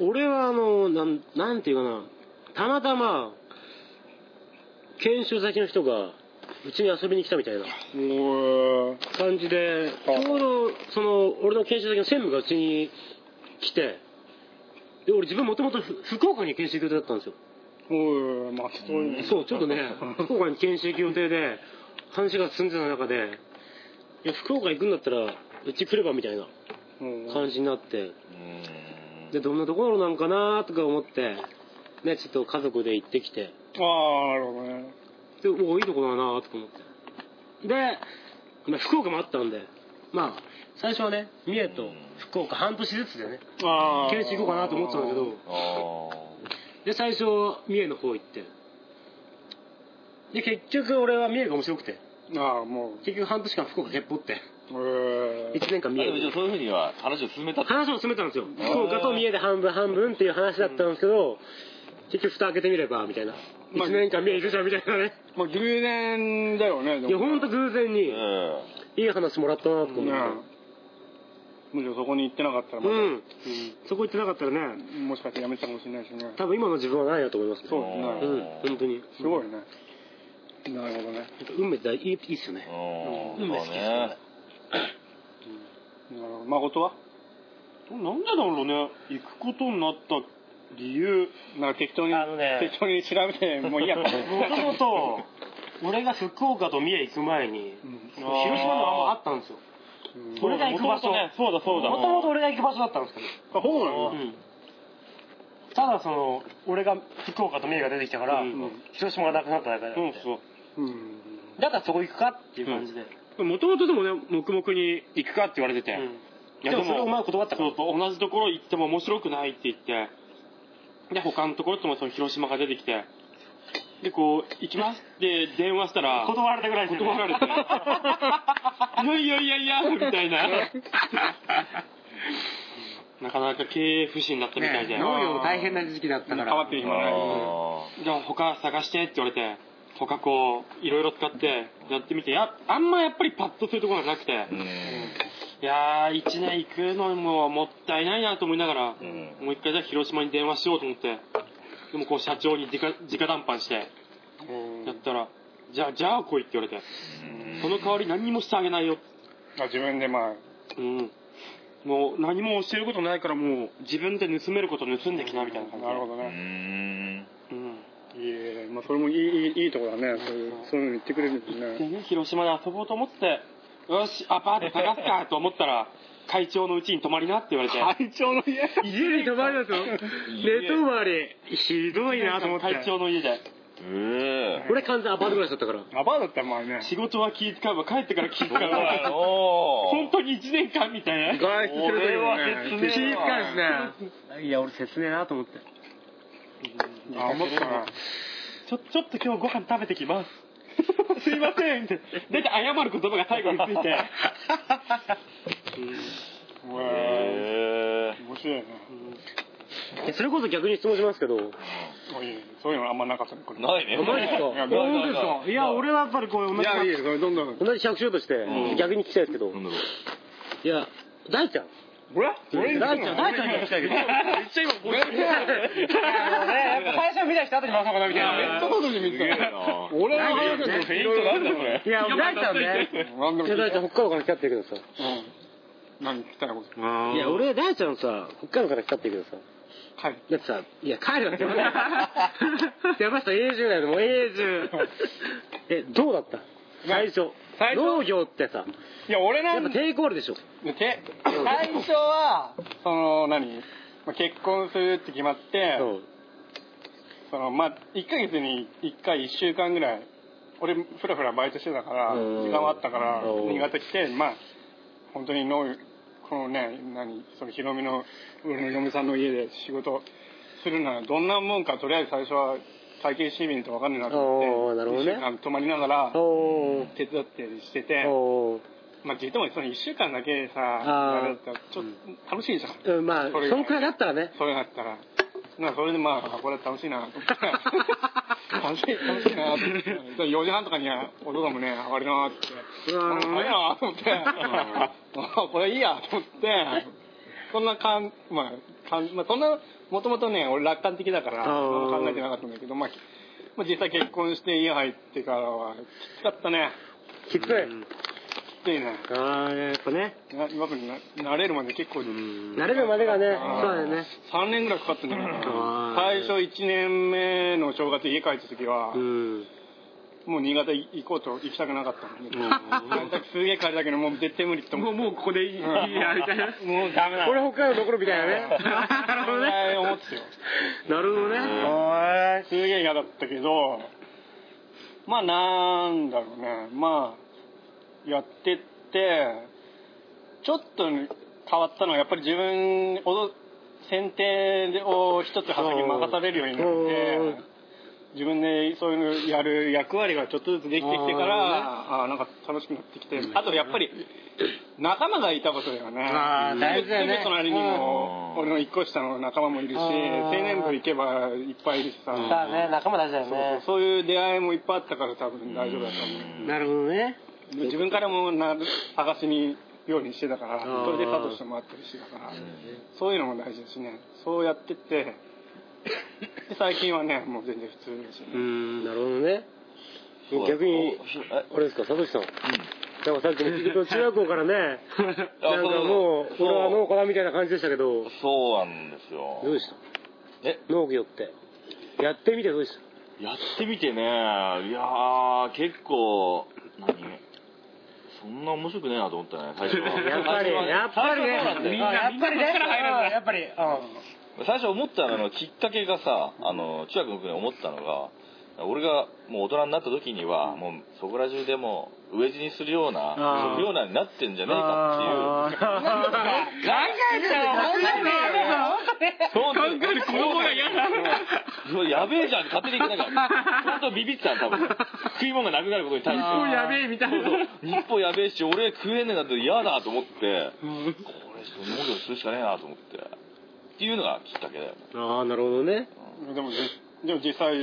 S2: 俺はあの、なん、なんていうかな、たまたま、研修先の人が、うちに遊びに来たみたいな
S1: おー
S2: 感じで、ちょうど、その、俺の研修先の専務がうちに来て、で、俺自分もともと福岡に研修行く予定だったんですよ。
S1: おーまあそういうね
S2: そう、ちょっとね、福岡に研修行く予定で、話が進んでた中で、いや、福岡行くんだったら、うち来ればみたいな
S1: うん
S2: 感じになって、でどんなところなんかなとか思ってねちょっと家族で行ってきて
S1: ああなるほどね
S2: でおいいとこだなとか思ってで、まあ、福岡もあったんでまあ最初はね三重と福岡半年ずつでね
S1: ああ
S2: 研修行こうかなと思ってたんだけどで最初三重の方行ってで結局俺は三重が面白くて
S1: ああも
S2: 結局半年間福岡へっぽって
S1: うえ
S2: 1年間三重で
S3: そういうふうには話を進めた
S2: 話を詰めたんですよ福岡と三重で半分半分っていう話だったんですけど結局蓋開けてみればみたいな
S1: まあ
S2: 1年間三重いるじゃんみたいなね
S1: まあ偶然だよねでも
S2: いや本当偶然にいい話もらったなと思って、
S1: ねむしろそこに行ってなかったら
S2: う
S1: まだ
S2: ん、そこ行ってなかったらね
S1: もしかしてやめてたかもしれないしね
S2: 多分今の自分はないなと思いますね
S1: そうですね
S2: うん本当に
S1: すごいねなるほどね
S2: 運命っていいいいっすよね
S3: うん
S2: 運命好きですね
S1: なるほど誠は
S4: なんでだろうね行くことになった理由
S1: なんか適当に
S2: あのね
S1: 適当に調べてもういい や
S2: もともと俺が福岡と三重行く前に
S1: うん
S2: 広島のあんまあったんですよ
S1: うん
S2: 俺が行く場所
S4: 元々ねそうだそうだ
S2: もともと俺が行く場所だったんですけど
S1: あほうなの
S2: うんただその俺が福岡と三重が出てきたから、
S1: うん
S2: 広島がなくなっただけだ
S4: うんそう
S1: うん
S2: だからそこ行くかっていう感じで、
S4: もともとでもね、黙々に行くかって言われてて。いや
S2: でもそれをお前は断ったか
S4: そ
S2: ら
S4: うそう、同じところ行っても面白くないって言って、で、他のところともその広島が出てきて、で、こう、行きますって電話したら、
S2: 断られたぐらいですよ
S4: 断られて、 いやいやいやいや、みたいな。なかなか経営不振だったみたいで、
S2: ね農業も大変な時期だったか
S1: 変
S2: ら
S1: わってる暇ない。
S3: あ
S4: じゃあ他探してって言われて、他こう、いろいろ使ってやってみて、や、あんまやっぱりパッとするところがなくて
S3: ーう、ん
S4: いやー、一年行くのももったいないなと思いながら、
S3: うん
S4: もう一回じゃあ広島に電話しようと思って、でもこう社長に直直談判して、やったら、じゃあ、じゃあ来いって言われて、その代わり何にもしてあげないよ。
S1: まあ自分でまあ、
S4: うん。もう何も教えることないからもう自分で盗めること盗んできなみたいな感じで。
S1: なるほど
S3: う
S1: ね。
S3: ん
S4: うん。
S1: いいえ、まあそれもいい、いいいいとこだね。そういう、そういうの言ってくれるんです
S4: で
S1: ね。
S4: ね、広島で遊ぼうと思って、よし、アパート探すかと思ったら、会長のうちに泊まりなって言われて。
S1: 会長の家
S2: 家に泊まりますよ寝泊まりひどいなと思って
S4: 会長の家で。
S3: う
S2: 俺完全アパート暮らしだったから
S1: アパートだったらまあね。
S4: 仕事は気使うわ、帰ってから気使うわ。
S3: えお
S4: 本当に一年間みたいな。
S1: 外出する時もね
S3: 俺は切ねえわ
S2: 気遣ねいや俺切ねえなと思って
S1: あ、思ったな。
S4: ちょ、ちょっと今日ご飯食べて きます。すいませんって。だいたい謝る言葉が最後について。
S1: う
S3: へ
S1: わ
S3: え
S1: 面白いね。
S2: いやそれこそ逆に質問しますけど
S1: そういうそういうのあんまなかったね、これ。
S3: ないね
S2: 甘いですか
S1: や
S2: 本
S1: ない
S2: 当ですかいや俺はやっぱりこう同
S1: い
S2: じ
S1: や、いいです。どんどん。
S2: 同じ百姓として
S3: うん
S2: 逆に聞きたいですけど
S3: なんだろう
S2: いや大ちゃん
S1: 俺俺に
S2: 大ちゃん大ちゃんに聞きたいけど
S4: めっちゃ今、面白い。
S2: やっぱ最初見た人後に回そうかなみたい
S1: めっちゃ外に見てた
S3: すげ
S1: よ。
S3: えな
S1: 俺の話だといろいろあるんだこれ。
S2: いや大ちゃんね
S1: なんでも
S2: いや
S1: 聞
S2: 大
S1: い
S2: ち
S1: て
S2: ゃん北海道から来たって言うけどさ
S1: うん。何聞きたいこ
S2: いや俺大ちゃんさ北海道から来たって言うけどさ
S1: と。はい。
S2: だってさ、いや、帰るなんて言わない。山下永住だよ、もう永住。え、どうだった最初。
S1: 最初
S2: 農業ってさ、
S1: いや、俺な
S2: やっ
S1: ん
S2: ぱ抵抗あるでしょ。
S1: でけ最初はその何まあ結婚するって決まって
S2: そう。
S1: そのまあ1ヶ月に1回1週間ぐらい俺ふらふらバイトしてたから
S2: うん
S1: 時間はあったから
S2: うん
S1: 新潟来てまあ本当に農業このね何そのヒロミの俺の嫁さんの家で仕事するならどんなもんかとりあえず最初は体験してみないと分かんないなと思
S2: お
S1: っ
S2: ー
S1: て
S2: なるほどね
S1: 1週間泊まりながら
S2: お
S1: 手伝ったりしてて
S2: ー。お
S1: まあ聞いてもその1週間だけさ
S2: あー
S1: あれだったらちょっと楽しいじゃん
S2: ー。うんまあ、
S1: それ
S2: そんくらいだったらね。
S1: それだったら、なそれでまあ、これ楽しいなと思って、 楽しい、楽しいなと思って、4時半とかには、お父さんもね、上がりなーって
S2: う
S1: 言って、早いなと思っ て、あこれいいやと思って、そんなかん、まあ、かんまあ、そんな、もともとね、俺楽観的だから、
S2: あ
S1: そ
S2: ー
S1: んな考えてなかったんだけど、まあ、きまあ実際結婚して家入ってからは、きつかったね。
S2: きつい。
S1: きついね。
S2: あー、やっぱね。
S1: な今からな慣れるまで結構、
S2: 慣れるまでがね、
S1: あー
S2: そうだよね。
S1: 3年ぐらいかかったんじゃないか
S2: あ
S1: な最
S2: ー
S1: 初1年目の正月家帰った時は、
S2: うん。
S1: もう新潟行こうと行きたくなかったんだけど、なんかすげえ帰りだけどもう絶対無理って思ってもうもうここでいいやみたいなもうダメだ
S2: これ北海道のところみたいなね。 なるほどね。
S1: 思ってたよ
S2: なるほどね。
S1: すげえ嫌だったけどまあなんだろうねまあやってってちょっと変わったのはやっぱり自分おど剪定を一つ畑に任されるようになって自分でそういうのやる役割がちょっとずつできてきてからあーなんか楽しくなってきてあとやっぱり仲間がいたことだよね
S2: あー大事だよね
S1: すぐ隣にも
S3: うん
S1: 俺の一個下の仲間もいるし
S2: あー
S1: 青年部行けばいっぱいいるしさ
S2: さあね、仲間大事だよ
S1: そう
S2: ね。
S1: そういう出会いもいっぱいあったから多分大丈夫だと
S2: なるほどね。
S1: 思う自分からもな探しにようにしてたから
S2: ー
S1: それでサトシともあったりしてたからそういうのも大事だしねそうやってってで最近はねもう全然普通だしね
S2: うん、なるほどね。
S3: そう
S2: 逆に
S3: おそうえ、
S2: あれですか、佐々木さん。なんかさっきの中学校から ね、
S3: あ
S2: なんかも
S3: そうそ
S2: う、
S3: うそう
S2: 俺は農家だみたいな感じでしたけど、
S3: そうなんですよ
S2: どうでした
S3: え
S2: 農業って。やってみてどうでした
S3: やってみてねいやー結構何そんな面白くねえなと思ったね最初は
S2: やっぱ
S3: 最
S2: り、
S3: 初はね
S2: やっぱりね
S3: 最初はそうなんだよ。
S2: やっぱりね。うんやっぱり。う
S3: 最初思ったあのきっかけがさあの中学の時に思ったのが俺がもう大人になった時にはもうそこら中でもう飢え死にするような
S2: あー
S3: ようなになってんじゃねえか
S2: あ
S5: 考えてたら本当に
S3: っていうそうなんだよ
S1: 子供が嫌だ。
S3: そうやべえじゃん勝手になんか本当ビビったの多分食い物がなくなることに対して
S5: 日本やべ
S3: えみたいな日本やべえし俺食えねえなんて嫌だと思ってこれ農業するしかねえなと思ってっていうのがきっかけだよね
S2: ーあーなるほどね
S1: でもじ、でも実際、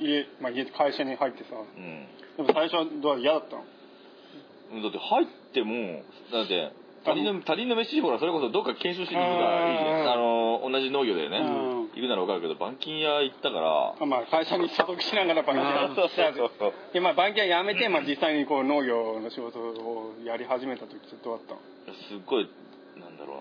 S1: 家、まあ、家会社に入ってさ、
S3: うん
S1: でも最初はどう嫌だったの
S3: だって入ってもだって他人の他人の飯ほらそれこそどっか研修しに行くからいいじゃんあの同じ農業でね
S1: うん
S3: 行くなら分かるけど板金屋行ったから
S1: あまあ、会社に所属しながらバンキャ
S3: そうそうそう
S1: で、まあ、バンキャ辞めて、まあ、実際にこう農業の仕事をやり始めた時ちょっとあったの
S3: すっごいなんだろう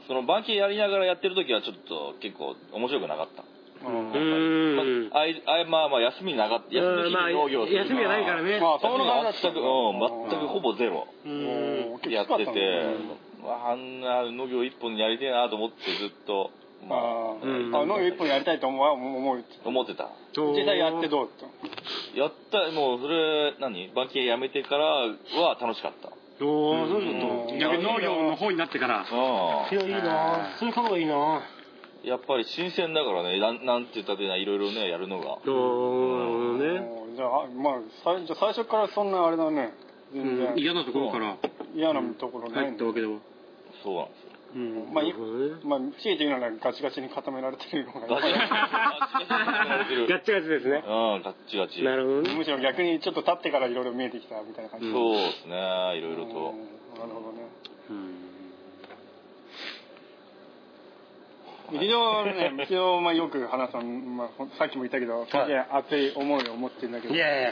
S3: なその板金やりながらやってる時はちょっと結構面白くなかった
S2: うーん
S3: まああいあいまあまあ休みなかった休みの
S2: うん
S3: 日
S2: まあ
S3: に農業する
S2: 休みがないからね
S1: まあ、
S3: そ
S1: そ
S3: うん
S1: な感じだ
S3: 全
S1: った
S3: く、うん、全くほぼゼロ
S2: う
S1: も
S2: ーん
S1: うきつ
S3: やっ
S1: か
S3: て
S1: の
S3: て
S1: うん
S3: わああんな農業一本やりてえなと思ってずっとま
S1: ま
S3: あ
S1: あ、
S2: うん
S1: あ農業一本やりたいと思う思うって
S3: 思ってた
S1: 実際やってどうだっ
S3: やったもうそれ何板金やめてからは楽しかった
S2: おーそういうこと
S1: うん
S2: やっぱり農業の方になってから
S3: う
S2: いやいいなそういう方がいいなん
S3: やっぱり新鮮だからねなんなんて言ったっていろいろねやるのが
S2: そう
S1: た
S2: ね
S1: の、じゃあ、まあ、最じゃあ最初からそんなあれだね全然、
S2: 嫌なところから
S1: 嫌なところない
S2: 入
S1: ん
S2: っ
S1: だ
S2: たわけでも
S3: そうなんですよ
S2: うん
S1: まあい
S2: なるほどね
S1: まあ、強いて言うならガチガチに固められてるのがいい
S3: ガチガチやられてる
S2: ガッチガチですね
S3: うんガッチガチ
S2: なるほど ね
S1: むしろ逆にちょっと立ってからいろいろ見えてきたみたいな感じ、
S2: うん
S3: そうですねいろ
S1: うん
S3: いろと
S1: なるほどね
S2: うん
S1: 一応ね、一応まあよく話すの、まあ、ほんさっきも言ったけど、すげえ熱い思いを持ってるんだけど、
S2: いやいや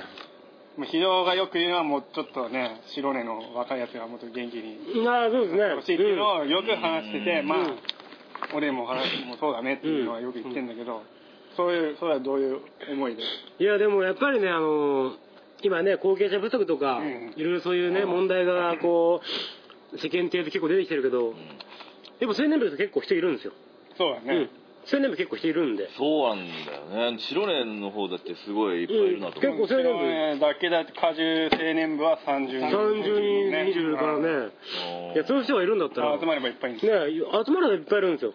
S1: もう非常がよく言うのはもうちょっとね、白根の若いやつがもっと元気に
S2: ああそうですね
S1: 欲しいっていうのをよく話してて、
S3: うん
S1: まあ
S2: うん、
S1: 俺も話もそうだねっていうのはよく言ってんだけど、そういう、それはどういう思いで。
S2: いやでもやっぱりねあの今ね後継者不足とか、
S1: うん
S2: いろいろそういうね問題がこう世間体で結構出てきてるけど
S3: うん
S2: でも青年部って結構人いるんですよ、
S1: そうだ
S2: うん
S1: ね。
S2: 青年部結構人いるんで
S3: そうなんだよね白蓮の方だってすごいいっぱいいるなと思う、
S2: うん結構青年部
S1: ね、だけだって、果汁青年部は30
S2: 30人20人いるからね、
S3: うん
S2: いやそういう人がいるんだった
S1: ま
S2: ら
S1: あ集まればいっぱいいるん
S2: ね
S1: です
S2: 集
S1: よ。
S2: まればいっぱいいるんですよ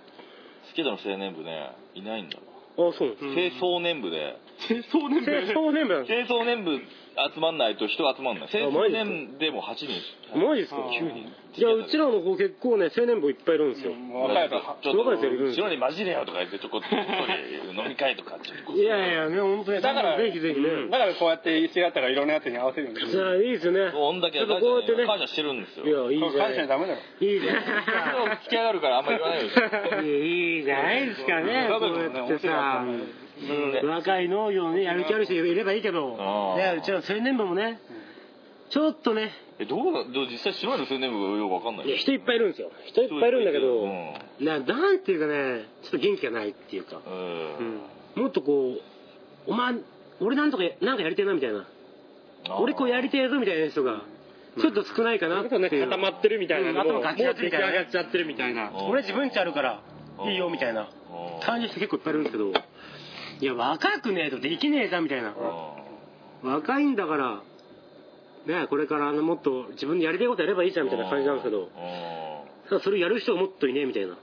S3: スケダの青年部ねいないんだわ
S2: あそうなんです
S3: 清掃年部で
S1: そうね
S2: 青青年部なんです
S3: 清掃年部集まんないと人集まんない清掃年でも8人
S2: マジですか
S1: あー
S3: 9人
S2: いやうちらの子結構ね青年部いっぱいいるんですよ、
S1: 若いと、
S3: ちょっと
S2: 若い人いるんですよ
S3: 白に混じれよとか言ってちょこっと飲み会とかちょっとこう
S2: いやいやね本当に
S1: だから
S2: ぜひぜひね、
S1: だからこうやって一やったからいろんなやつに合わせるんだよね。
S2: じゃあいいですよね
S3: そんだけ
S2: ちょっ
S3: 感
S2: とこうやっ
S3: 謝,、
S2: てね
S3: 感謝してるんですよ
S2: いやいいじゃな
S1: 感謝にダメだろ。
S2: いいいじゃ
S3: 付き上がるからあんま言わないよ
S2: ないいいじゃないですかねこうやってさ
S3: いろいろね
S2: 若い農業をねやる気ある人いればいいけど
S3: あー
S2: ねうちの青年部もねちょっとね
S3: えどうなどう実際白いの青年部がよくわかんない
S2: いや
S3: よ
S2: 人いっぱいいるんですよ人いっぱいいるんだけ
S3: う
S2: ど
S3: ん
S2: ななんていうかねちょっと元気がないっていうか
S3: うん
S2: もっとこうお前俺なんとかやなんかやりてえなみたいな俺こうやりてえぞみたいな人がちょっと少ないかなっていう
S4: 固まってるみたいな
S2: うん
S4: も
S2: 頭
S4: う
S2: ガチガチみたいな
S4: もう出来上がっちゃってるみたいな
S3: うん
S2: 俺自分ちあるからいいよみたいな
S3: うん
S2: 感じの人結構いっぱいいるんですけどいや若くねえとできねえじゃんみたいな若いんだからねこれからあのもっと自分でやりたいことやればいいじゃんみたいな感じなんですけどただそれやる人がもっといねえみたいな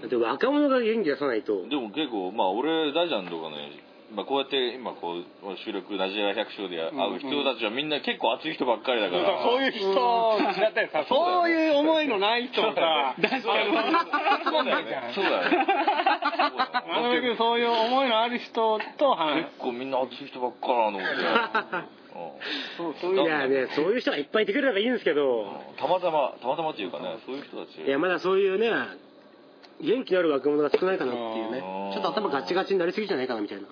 S2: だって若者が元気出さないと
S3: うんでも結構まあ俺大ちゃんとかねまあこうやって今こう収録ナジェラ百姓で会う人たちはみんな結構熱い人ばっかりだか
S1: そう
S3: ら
S1: そういう人を失ったりさ、そういう思いのない人をさ、
S3: そうだよねそうだよねそうだよね
S1: なるべくそういう思いのある人と話
S3: 結構みんな熱い人ばっかりなの思って
S1: そうそう
S2: い
S1: いう
S2: やねそういう人がいっぱいいてくれればいいんですけ
S3: うん
S2: ど
S3: たまたまたまたまっていうかねそういう人たち
S2: いやまだそういうね元気のある若者が少ないかなっていうね
S3: あー
S2: ちょっと頭ガチガチになりすぎじゃないかなみたいな
S3: う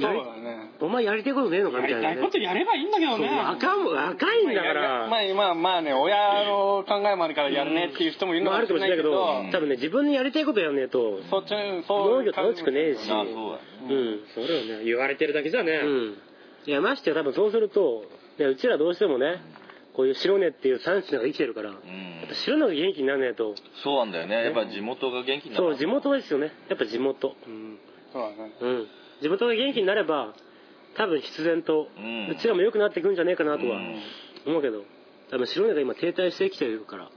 S1: そうだね。
S2: お前やりたいことねえのかみたいな、
S4: やりたい
S2: ね
S4: こと、やればいいんだけどね
S2: 若も若いんだから
S1: まあまあまあね、親の考えもあるからやるねっていう人もいるの
S2: まあ、
S1: か
S2: あ
S1: も
S2: る
S1: し
S2: かも
S1: れな
S2: しれ
S1: い
S2: ない
S1: け
S2: けど
S1: ど、
S2: 多分ね自分でやりたいことやんねえと
S1: そっちのそういう
S2: 農業楽しくねえし
S3: んあそうだよ
S2: う
S3: ね
S2: ん
S4: そうだよね言われてるだけじゃね
S2: うんいやましてや多分そうするとねうちらどうしてもねこういう白根っていう産地の中で生きてるから
S3: うん
S2: 白根が元気になんねえと
S3: そうなんだよねやっぱ地元が元気にな
S2: そう
S3: る
S2: 地元ですよねやっぱ地元うん、
S1: そうだね。
S2: うん、地元が元気になれば多分必然と、
S3: うん
S2: うちらも良くなっていくんじゃねえかなとは
S3: うん
S2: 思うけど、多分白いのが今停滞してきてるから、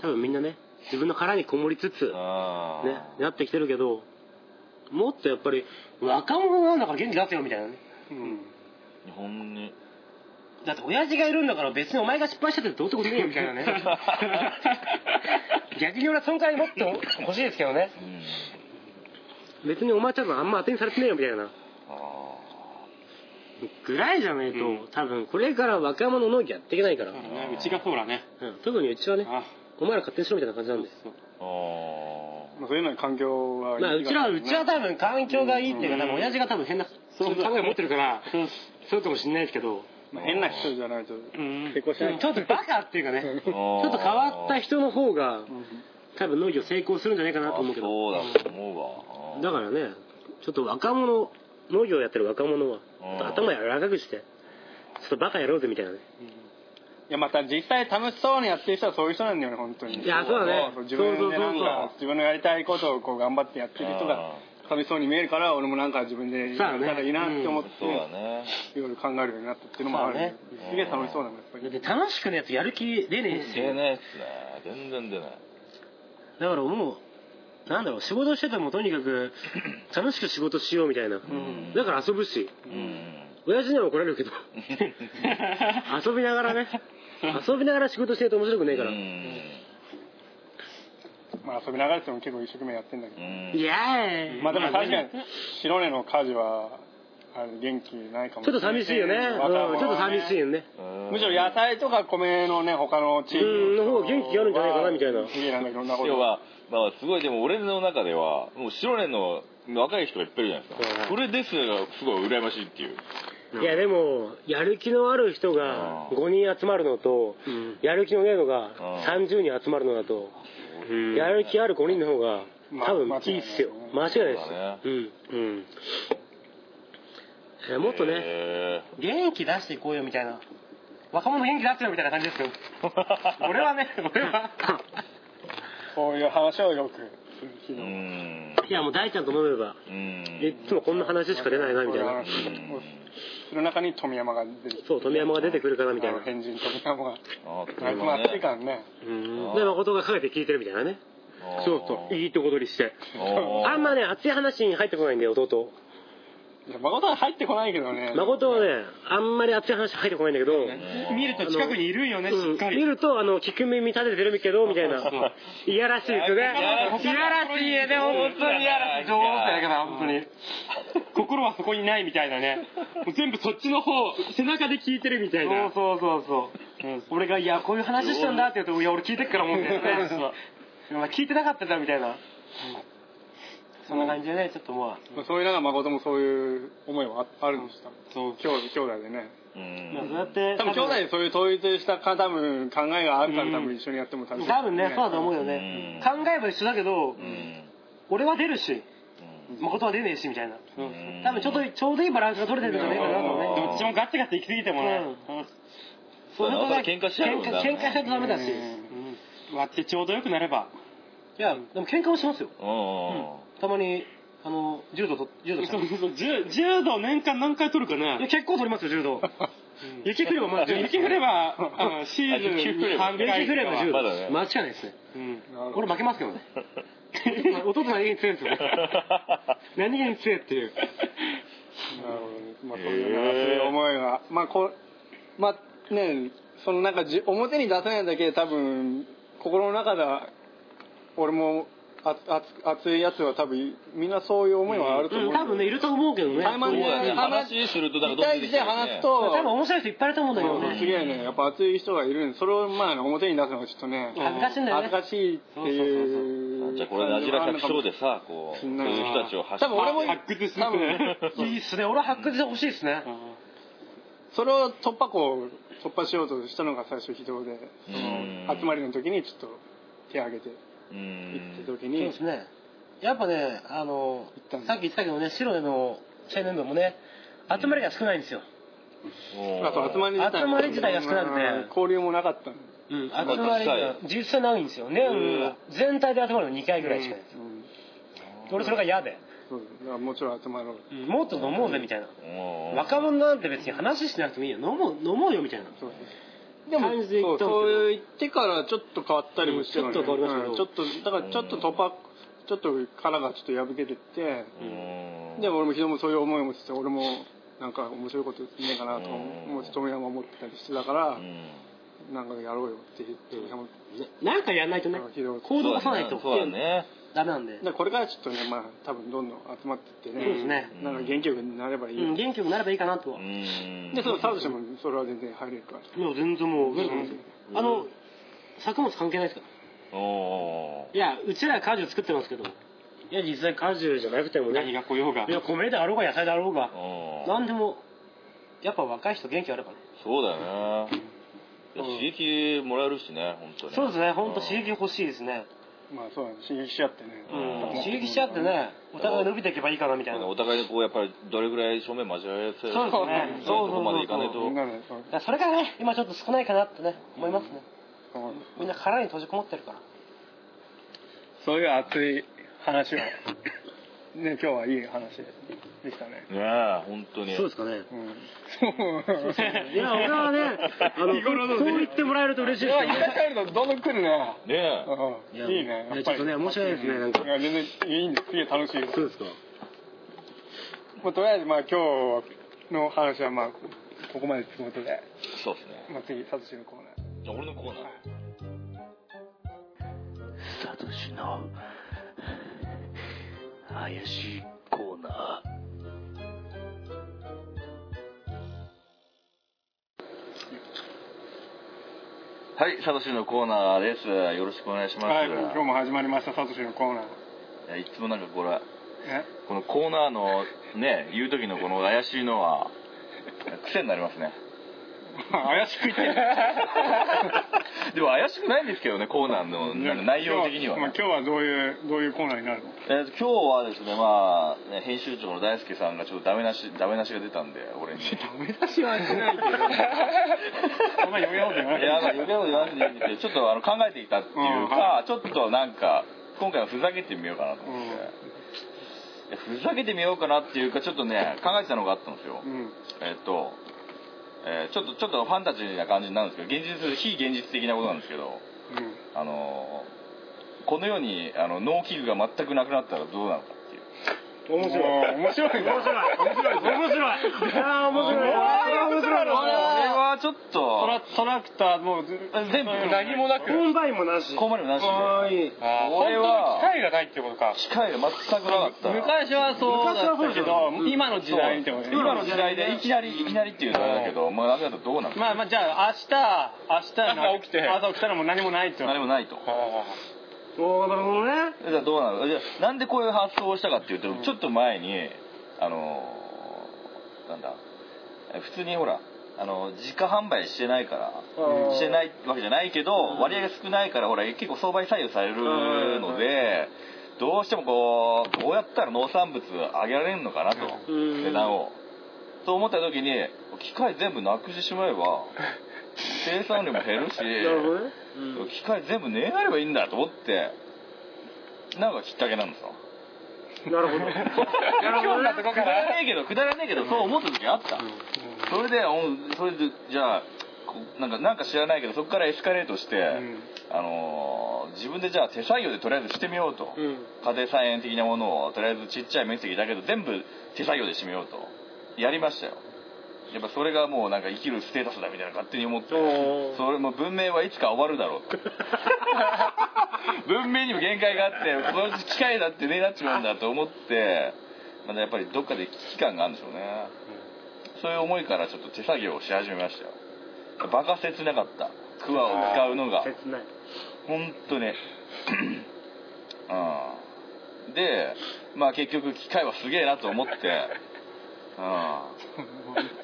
S2: 多分みんなね、自分の殻にこもりつつ、
S3: あ
S2: ね、なってきてるけど、もっとやっぱり、若者なんだから元気出せよみたいなね。
S1: うん
S3: ー日本に
S2: だって親父がいるんだから別にお前が失敗したってどうってことねえよみたいな ね。逆に俺はその回もっと欲しいですけどね。
S3: うん
S2: 別にお前ちゃんとあんま当てにされてねえよみたいな。
S3: あ
S2: ぐらいじゃないと、多分これから若者農業やっていけないから。
S4: ねうちがそうだね。
S2: うん特にうちはね、
S4: あ
S2: お前ら勝手にしろみたいな感じなんで。
S3: ーあ
S1: まあ、そういうのに環境は
S2: まあ、うちらは、うちは多分環境がいいっていうか、多分親父が多分変な、そういう考え持ってるから、そうかもしれないですけど、
S1: まあ変な人じゃないと
S4: うん
S1: 成。功しない、
S2: ちょっとバカっていうかね、
S3: ち
S2: ちょっと変わった人の方が、
S1: う
S2: 多分農業成功するんじゃないかなと思うけど、
S3: そうだと思うわ
S2: だからね、ちょっと若者、農業やってる若者は
S3: うん、
S2: 頭柔らかくして、ちょっとバカやろうぜみたいなね。
S1: んいやまた実際楽しそうにやってる人はそういう人なんだよね本当に
S2: いやそうだね
S1: そう自分でなん
S2: そうそうそう
S1: か自分のやりたいことをこう頑張ってやってる人が寂しそうに見えるから俺もなんか自分でやったらいいなって思って、
S3: そうだ ね
S1: いろいろ考えるようになったっていうのもある、ね、
S3: そうだね
S1: すげえ楽しそうだもんやっぱり
S2: だって楽しくのやつやる気出ねえし、
S3: 出ないっすね全然出ない
S2: だからもう、なんだろう、仕事しててもとにか く、楽しく仕事しようみたいな。
S3: ん
S2: だから遊ぶし、
S3: うん
S2: 親父には怒られるけ ど、遊びながらね、遊びながら仕事してると面白くねえから。
S1: まあ遊びながらでも結構一生懸命やってんだけど、
S2: いやー
S1: まあでも確かに白根の家事はあれ元気ないかも
S2: ちょっと寂しいよね。うんちょっと寂しいよね。
S1: むしろ野菜とか米のね他の地域
S2: うんの方が元気があるんじゃないかなみたいな
S1: すげえなんかいろんなこと
S3: 要はまあすごいでも俺の中ではもう白年の若い人がいっぱいいるじゃないですかそれですがすごい羨ましいっていう
S2: いやでも、やる気のある人が
S3: うん
S2: 5人集まるのと、やる気のないのが30人集まるのだと、やる気ある5人の方が
S1: まあ
S2: 多分いいっすよ。間違いないで
S3: そうだね
S2: す。うん。うんえー。もっとね、
S3: へ
S2: 元気出していこうよみたいな。若者元気出してよみたいな感じ ですよ。俺はね、俺は。
S1: そういう話をよくする
S3: ーう
S1: けど
S3: ん
S2: いやもう大ちゃんと飲めば、
S3: うん
S2: いつもこんな話しか出ないなみたいな。
S1: うんその中に富山が出てきて
S2: そう、富山が出てくるかなみたいな。
S1: あの変人富山が
S3: あー
S1: あいつも暑いからね
S2: うんで、誠がかけて聞いてるみたいなね。そうそう。いいとこ取りして。
S3: おー
S2: あんまね、熱い話に入ってこないんだよ、弟。
S1: いや誠は入ってこないけどね
S2: 誠はね、あんまり熱い話入ってこないんだけど、
S4: 見ると近くにいるよね、しっか
S2: うん見
S4: り。
S2: ると、あの、聞く耳立ててるけど、みたいな。いやらしいですよ
S3: い
S2: ね。
S3: やらしい
S2: いやらしいね、でも本当にいやらしい。
S4: 情報生だから、本当に。 心はそこにないみたいなね。もう全部そっちの方、背中で聞いてるみたいな。そうそうそうそう。俺が、いや、こういう話したんだって言うと、いや、俺聞いてっからもうみたいな。お前聞いてなかったんだみたいな。そんな感じでね、ちょっとまあ。
S1: まあそういう中誠もそういう思いはああるんでした
S4: そう。
S1: 兄弟兄弟でね
S3: うん
S4: まあそうやって。
S1: 多分兄弟でそういう統一したか多分考えがあるか
S4: うん
S1: ら多分一緒にやっても楽しい
S2: 多分ね、そうだと思うよね。考えは一緒だけ
S3: う
S2: ど、
S3: ん
S2: 俺は出るし、誠は出ねえし、みたいな。多分ちょうどいい、ちょうどいいバランスが取れてるんじゃないかなとね。
S4: どっちもガッチガチ行き過ぎてもね。
S3: そうだねお互い喧嘩し合う
S2: 喧
S3: んだ
S2: 嘩、喧嘩しちゃうとダメだし。い
S4: うん割ってちょうどよくなれば。
S2: や、でも喧嘩もしますよ。
S3: うん
S2: たまに、あの、柔道と、柔道した
S4: そ
S2: いう
S4: そうそう、柔柔道年間何回取るか
S2: や
S4: ね。
S2: 結構取りますよ、柔道。雪降ればまだ柔道。
S4: 雪降れば、あシーズン
S3: 雪降れば
S4: 半回
S2: 雪降れば柔
S3: まだね
S2: 道。間違いないですね。
S4: うん
S2: 俺負けますけどね。弟何気に強いんですよね。何気に強いっていう。
S1: なるほどねまあそういうね熱い思いがまあこうまあねそのなんかじ表に出せないだけで多分心の中では俺もあ熱熱いやつは多分みんなそういう思いはあると思う、
S2: うん、多分ね、いると思うけどね。
S1: 対マン
S3: そ
S1: で
S3: うだね
S1: 話
S3: 話するとなん
S1: 一
S3: か
S1: 対一で話すと、
S2: 多分面白い人いっぱいいると思うんだけど
S1: そうそうすげ
S2: ね。
S1: えねやっぱ熱い人がいるんでそれをまあね表に出すのがちょっとね
S2: 恥ずかしいんだよ
S1: 恥ず
S2: ね。
S1: かしいっていう
S3: じゃあこれでアジラ百姓でさこうそういう人たちを
S1: 多分俺も
S4: 発掘する
S1: 多分
S2: いいっすね。俺は発掘してほしいっすね。
S1: それを突破口を突破しようとしたのが最初非道でそ
S3: うん
S1: の集まりの時にちょっと手を挙げて
S3: う
S1: 行った
S3: ん
S1: 時
S2: そう
S1: に
S2: ですね。やっぱね、あの
S1: ったん、だ
S2: さっき言ってたけどね、白根の青年部もね、集まりが少ないんですよ。
S1: まあそう集まり自体
S2: 集まり自体が少なくて
S1: うん交流もなかったんで
S2: うん、集まりが実際ないんですよ。年、全体で集まるの2回ぐらいしかないです。俺それが嫌で。
S1: そうだからもちろん集まろう。
S2: うんもっと飲もうぜみたいな
S3: うん
S2: 若者なんて別に話しなくてもいいよ飲もう飲もうよみたいな
S1: そうです
S2: でも
S1: そう
S2: 感じで言ったんです
S1: そう言ってからちょっと変わったりもしてたの
S2: うんちょっと変わりましたけど
S1: うんちょっとだからちょっと突破ちょっと殻がちょっと破けてって
S3: うん
S1: で俺も昨日もそういう思いもして俺もなんか面白いこと言ってねえかなと思って富山も思ってたりしてたから
S3: うん
S1: なんかやろうよって言って富山も
S2: けどななんかやんないとね
S1: うんひどい
S2: 行動を起こさないと
S3: そうだね
S2: ダメなんで
S1: だからこれからちょっとねまあ多分どんどん集まってってね
S2: そうですね
S1: なんか元気よくなればいい、
S2: うん元気よくなればいいかなと
S3: そう
S2: は
S3: だねうん
S1: でそのサウジもそれは全然入れるから
S2: いや全然もうウェルカムですよあの作物関係ないですから
S3: お
S2: いやうちら果樹作ってますけどいや実際果樹じゃなくてもね
S4: 何が来ようが
S2: いや米であろうが野菜であろうが
S3: ーおー
S2: 何でもやっぱ若い人元気あればね
S3: そうだよねいや刺激もらえるしね本当に
S2: そうですね本当刺激欲しいですね
S1: まあそうだね刺激し合ってね、
S3: うん
S2: 刺激しちゃってねお互い伸びていけばいいかなみたいな
S3: お互いにこうやっぱりどれぐらい正面交われて
S2: そうですね
S3: そういうとこまでいかないと
S1: みんなでそう
S2: だからそれがね今ちょっと少ないかなってね思いますね
S1: そう
S2: みんな殻に閉じこもってるから
S1: そういう熱い話を、 ね、今日はいい話でしたね。
S3: ねえ本当に
S2: すか ね
S1: うん。そう。
S2: いや俺はねあのそう言ってもらえると嬉しいです
S1: 一回帰るとどんどん来るね。
S3: ねえ
S1: うんいいね。やっぱり
S2: ちょっとね面白いですねなんか
S1: いや全然いいんです。すげえ楽しいです。
S2: そうですか
S1: まあとりあえずまあ今日の話はまあここまでということで、
S3: そうですね
S1: まあ次サトシのコーナー。
S3: じゃあ俺のコーナー
S6: サトシの怪しいコーナー
S3: はいサトシのコーナーですよろしくお願いします、
S1: はい、
S3: い
S1: 今日も始まりましたサトシのコーナー。
S3: やいつもなんかこれ
S1: え
S3: このコーナーのね言う時のこの怪しいのは癖になります ね
S1: まあ怪しくいたい。
S3: でも怪しくないんですけどねコーナーの内容的には、
S1: まあ今日はどういうどういうコーナーになるの？
S3: えーと今日はですねまあね編集長の大輔さんがちょっとダメなしダメなしが出たんで俺にい
S1: 目指しはしないけど。 あんま余計なこと言わない。
S3: やまあ余計なこと言わないでいいんですけどちょっとあの考えていたっていう
S1: うん
S3: か、ちょっとなんか今回はふざけてみようかなと思って、
S1: うん
S3: いやふざけてみようかなっていうかちょっとね考えてたのがあったんですよ、
S1: うん。
S3: えっと、えーちょっとちょっとファンタジーな感じになるんですけど現実非現実的なことなんですけど
S1: うん
S3: あのーこの世にあの農機具が全くなくなったらどうなのかっていう
S1: 面白い。面白い。面白い。面白い。面白い。
S2: いやー面白いな
S1: 面白い
S3: これはちょっ
S1: ト
S3: と
S1: ラトラクターもうず
S3: 全部何もなく
S2: コンバインもなし
S3: ここまでもなしで
S2: いい
S3: これは
S1: 本当に機会がないってことか。
S3: 機械が全くなかった
S1: 昔はそうだったけど、今の時代ってことね。
S3: 今の時代でいきなりいきなりっていうのはあれだけど、まあ、なくなったらどうなのか
S1: まあまあじゃあ明日明日
S3: 朝起きて
S1: 朝起きたらもう何もないってこと。
S3: 何もないと
S2: おーなるほどね
S3: じゃあどうなのじゃあなんでこういう発想をしたかっていうと、ちょっと前にあのーなんだえ普通にほらあの自家販売してないから
S2: うん
S3: してないわけじゃないけど割合が少ないからほら結構相場に左右されるのでどうしてもこうどうやったら農産物上げられるのかなと
S2: うん
S3: 値段をと思った時に機械全部なくしてしまえば生産量も減るし
S2: なるほどねうん
S3: 機械全部値上がればいいんだと思ってなんかきっかけなんですよ
S2: なるほど なるほどね
S3: くだらねえけどくだらねえけどそう思った時あった、それでおそれでじゃあこなんかなんか知らないけどそこからエスカレートして、あのー自分でじゃあ手作業でとりあえずしてみようと、
S2: うん
S3: 家庭菜園的なものをとりあえずちっちゃい面積だけど全部手作業でしてみようとやりましたよやっぱそれがもうなんか生きるステータスだみたいな勝手に思って
S2: おー
S3: それも文明はいつか終わるだろうと文明にも限界があってこの機械だってねえなっちまうんだと思ってまだやっぱりどっかで危機感があるんでしょうね、そういう思いからちょっと手作業をし始めましたよバカ切なかったクワを使うのが
S2: 切ない
S3: 本当に うんでまあ結局機械はすげえなと思って うん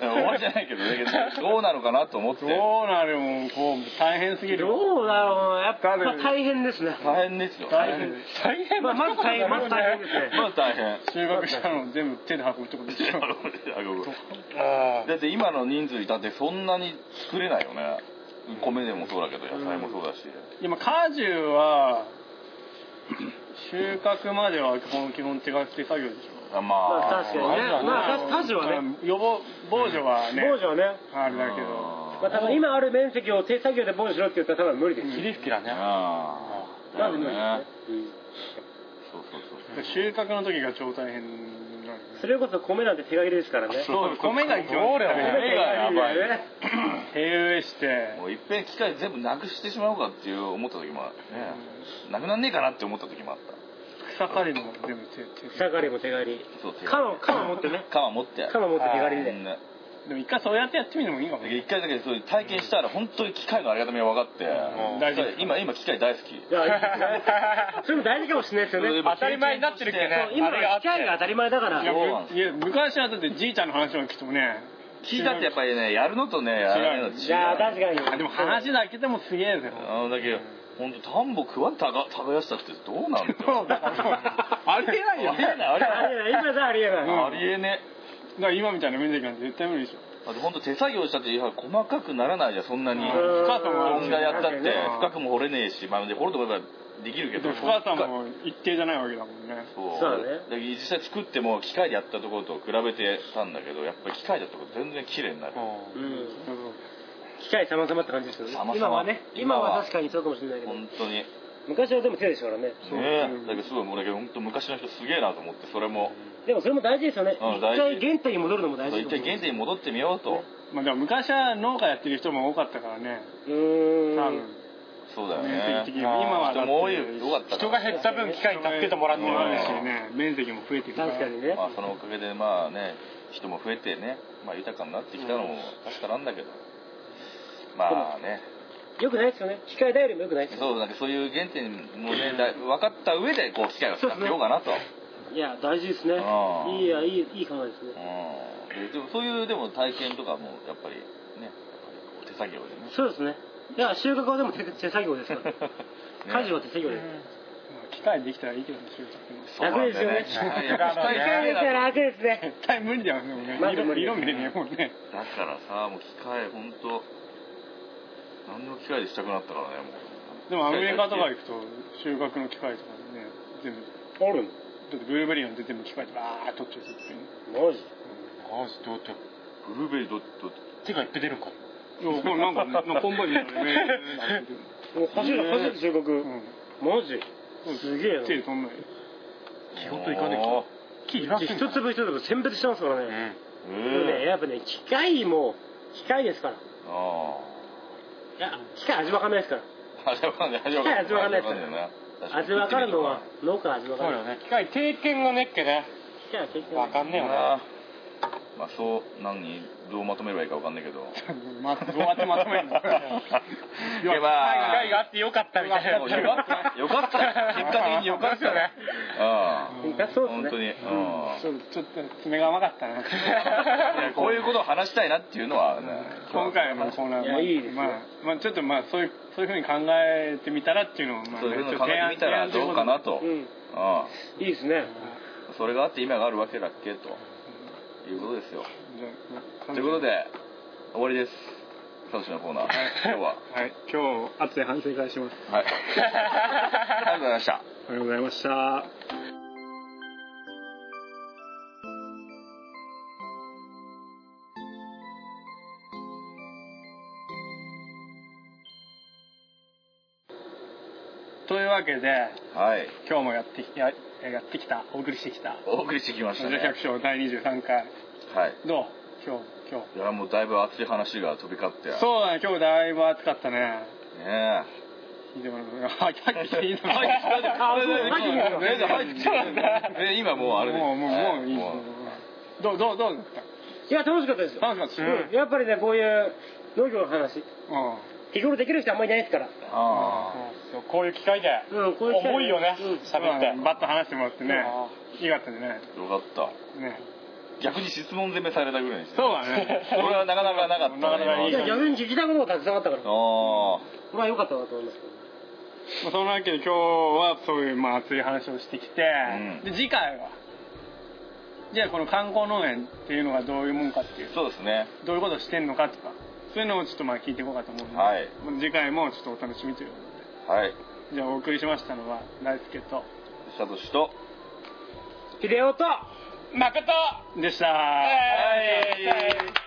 S3: 終わりじゃないけどねどうなのかなと思って
S1: どうなるもんこう大変すぎる。
S2: どうだろうやっぱ
S1: だって
S2: 大変ですね
S3: 大変ですよ
S1: 大変。大変
S2: まあまず大変まず大変ですね
S3: まず大変
S1: 収穫したのを全部手で運ぶってことでしょ。
S3: だって今の人数いたってそんなに作れないよね米でもそうだけど野菜もそうだし
S1: 今果樹は収穫までは基本基本手書き作業でしょ
S3: あまあ
S2: まあ確かにね
S1: あれだ
S2: まあ家事はね
S1: うん予防防除はね
S2: 防除はね、
S1: あれだけ
S2: まあ、多分今ある面積を手作業で防除しろって言ったら多分無理です、
S1: ど霧吹きだね
S3: ああ
S2: なんで無理
S3: なる
S2: で
S3: ほどね
S2: すね、
S3: そうそうそう
S1: 収穫の時が超大変なん
S2: うん
S1: で
S2: それこそ米なんて手書きですからね
S1: そう米が一番
S3: 俺
S1: 手書きだね
S3: 米がやばい
S2: ね
S1: 手植えして
S3: もういっぺん機械全部なくしてしまおうかっていう思った時もあるねなくなんねえかなって思った時もあった
S1: 草刈りも全部手手
S2: 草刈りも手刈り
S3: そう手
S2: 鎌鎌持ってね
S3: 鎌持ってやる
S2: 鎌持って手刈り
S3: み
S2: で
S3: んな
S1: でも一回そうやってやってみるのもいいかもね
S3: 一回だけそういう体験したら本当に機械のありがたみが分かって
S1: 大事です
S3: 今今機械大好き
S2: いやいいですね それも大事かもしれないですよね
S3: 当たり前になってるけど
S2: そう今は機械が当たり前だから
S1: いや
S3: そうなんです
S1: むいや昔はだってじいちゃんの話を聞くとね
S3: 聞いたってやっぱりねやるのとねやらないの違う
S2: いや確かに
S1: あでも話だけでもすげえぜ
S3: あのだけど本当田んぼ食わたが耕したってどうなんだよ
S1: だからありえないよ
S3: ありえない
S1: ね
S3: ありえ
S2: あ
S3: ない
S2: りえない今じゃありえない、
S3: ありえね
S1: だから今みたいな面積なんて絶対無理でしょ
S3: えだって本当手作業したっていや細かくならないじゃんそんなに
S1: うん深さもあ
S3: こ
S1: る
S3: んなやったって
S1: うん
S3: 深くも掘れねえしまあで掘ると思えばできるけ
S1: で
S3: ど
S1: も深さも一定じゃないわけだもんね
S3: そう
S2: そうだ
S3: で
S2: ね
S3: 実際作っても機械でやったところと比べてたんだけどやっぱり機械だと全然綺麗になる
S2: うん
S1: そうそう
S2: 機械様々って感じですよね
S3: 様々
S2: 今はね今
S3: 今は
S2: は確かにそうかもしれないけど
S3: 本当にね
S2: 昔はでも手でしたからね
S3: えだけどすごいもうだけど本当昔の人すげえなと思ってそれも
S2: でもそれも大事ですよね一
S3: うん大事
S2: 回原点に戻るのも大事
S3: 一回原点に戻ってみようと
S1: まあでも昔は農家やってる人も多かったからね
S2: うー
S1: 多
S2: ん
S1: 分
S3: そうだよ
S1: 面
S3: ね
S1: 積的にも今はだって
S3: 人も多いよかったから
S7: 人が減った分機械に助けてもらってる
S1: も
S7: よ
S1: あるし
S7: ね
S1: ね面積も増えてるから
S2: 確かにね、
S3: まあそのおかげでまあね人も増えてね、まあ、豊かになってきたのも確かなんだけど、まあね
S2: よくないですよね機械頼りもよくないですよ
S3: そうなんかそういう原点もねだ分かった上でこう機会を使ってようかなと。
S2: いや大事ですね
S3: うん
S2: いいやいいいい考えですね
S3: うんでもそういうでも体験とかもやっぱりねやっぱりこう手作業でね
S2: そうですねだから収穫はでも手手作業です から家事は手作業です
S1: まあ機械できたらいいけどね収穫も
S2: 楽ですよね
S3: そうなんだよねだか
S2: 機
S3: ら
S2: 械で
S3: ね
S2: きたら楽ですね
S1: 絶対無理だよねもうね
S2: まず無
S1: 色
S2: 理
S1: 色見れねえもんね
S3: だからさもう機械本当何でも機械でしたくなったからねもう
S1: でもアメリカとか行くと収穫の機械とかね全部
S2: ある
S1: だってブルーベリーなんて全部機械でバーッと取っちゃうっていう
S2: マジ
S7: マジどうやって
S3: ブルーベリーどっどっ
S7: 手がいっぱい出るんか
S1: いやこれなんかねなんかコンバインみたいなね
S2: もう走る走る収穫、
S1: うん
S2: マジすげえ
S1: 手
S2: な
S1: そんない
S7: 仕事行かねえ
S3: おー
S7: 木いら
S2: 一粒一粒選別してますから
S7: う
S2: ね、
S7: ん
S2: でもね
S3: ええ
S2: やっぱね機械も機械ですからい
S3: あ
S2: や機械味わかんないですから
S3: あ味わかんない味わかんない
S2: 機械味わかんないですから
S3: よね確に
S2: 味わかるのは農家は味わ
S7: そ
S2: か
S7: う
S2: る
S7: よね機械定見がねっけね
S2: 機械は結局
S7: わかんねえよな
S3: あーまあそう何どうまとめればいいかわかんないけど
S1: まあどうやってまとめるの
S3: いやまあ
S7: 機械があってよかったみたいな
S3: もうよかったよかった結果的によかっ
S7: そ
S3: た
S7: うですよね
S3: あ
S2: いやそう
S3: 本
S2: です
S3: 当に、
S2: ね
S3: うん、
S1: ちょっとちょっと爪が甘かったね
S3: いやこういうことを話したいなっていうのはね、
S1: 今回はまあこうな、
S2: いや
S1: まあ、
S2: いいですよ
S1: まあ、まあ、ちょっとまあそういうそういうふうに考えてみたらっていうのをまあ
S3: そういうふう
S1: ちょ
S3: に
S1: っと
S3: 考えてみたら
S1: 提
S3: ど
S1: 案
S3: うかなと、
S2: う
S3: うん
S2: んいいですね
S3: それがあって今があるわけだっけということですよということで終わりですサトシのコーナー今日は
S1: はい今日後で反省会します
S3: はいありがとうございました
S1: ありがとうございましたというわけで
S3: はい
S1: 今日もやってきややってきたお送りしてきた
S3: お送りしてき
S1: 「
S3: ました
S1: 女
S3: ね
S1: 百姓第23回
S3: はい」
S1: どう今日今日
S3: いやもうだいぶ熱い話が飛び交って
S1: そうだね今日だいぶ暑かったね
S3: ね
S1: 聞いてもらうのあさっき聞いても
S3: え
S1: らう
S3: ね今もうあれです
S1: もうもうもういい
S3: は
S1: どうどうどうだった
S2: いや楽しかったですよ、
S1: 楽しかった
S2: うんやっぱりねこういう農業の話
S1: うん
S2: 日頃できる人あんまりいないですから
S3: ああ
S7: そうこういう機械で
S2: うんこういう機会
S7: 重いよね
S2: うん
S7: 喋って
S1: うんバッと話してもらってね
S7: あ
S1: いいかったねね
S3: よかった逆に質問攻めされたぐらいにして
S1: そうだ ね
S3: これはなかなかなかった
S1: なかなかい
S2: いや逆に聞きたいことがたくさんあったから
S3: あ
S2: まあ良かったなと思いますけど
S1: まあそんなわけで今日はそういうまあ熱い話をしてきて、
S3: うん
S1: で次回はじゃあこの観光農園っていうのがどういうもんかっていう
S3: あそうですね
S1: どういうことをしてんのかとかそういうのをちょっとまあ聞いていこうかと思うんで、
S3: はい
S1: まあ次回もちょっとお楽しみというこ
S3: はい
S1: とでじゃあお送りしましたのは大輔と
S3: サトシと
S2: 秀夫と
S1: でした。
S3: はい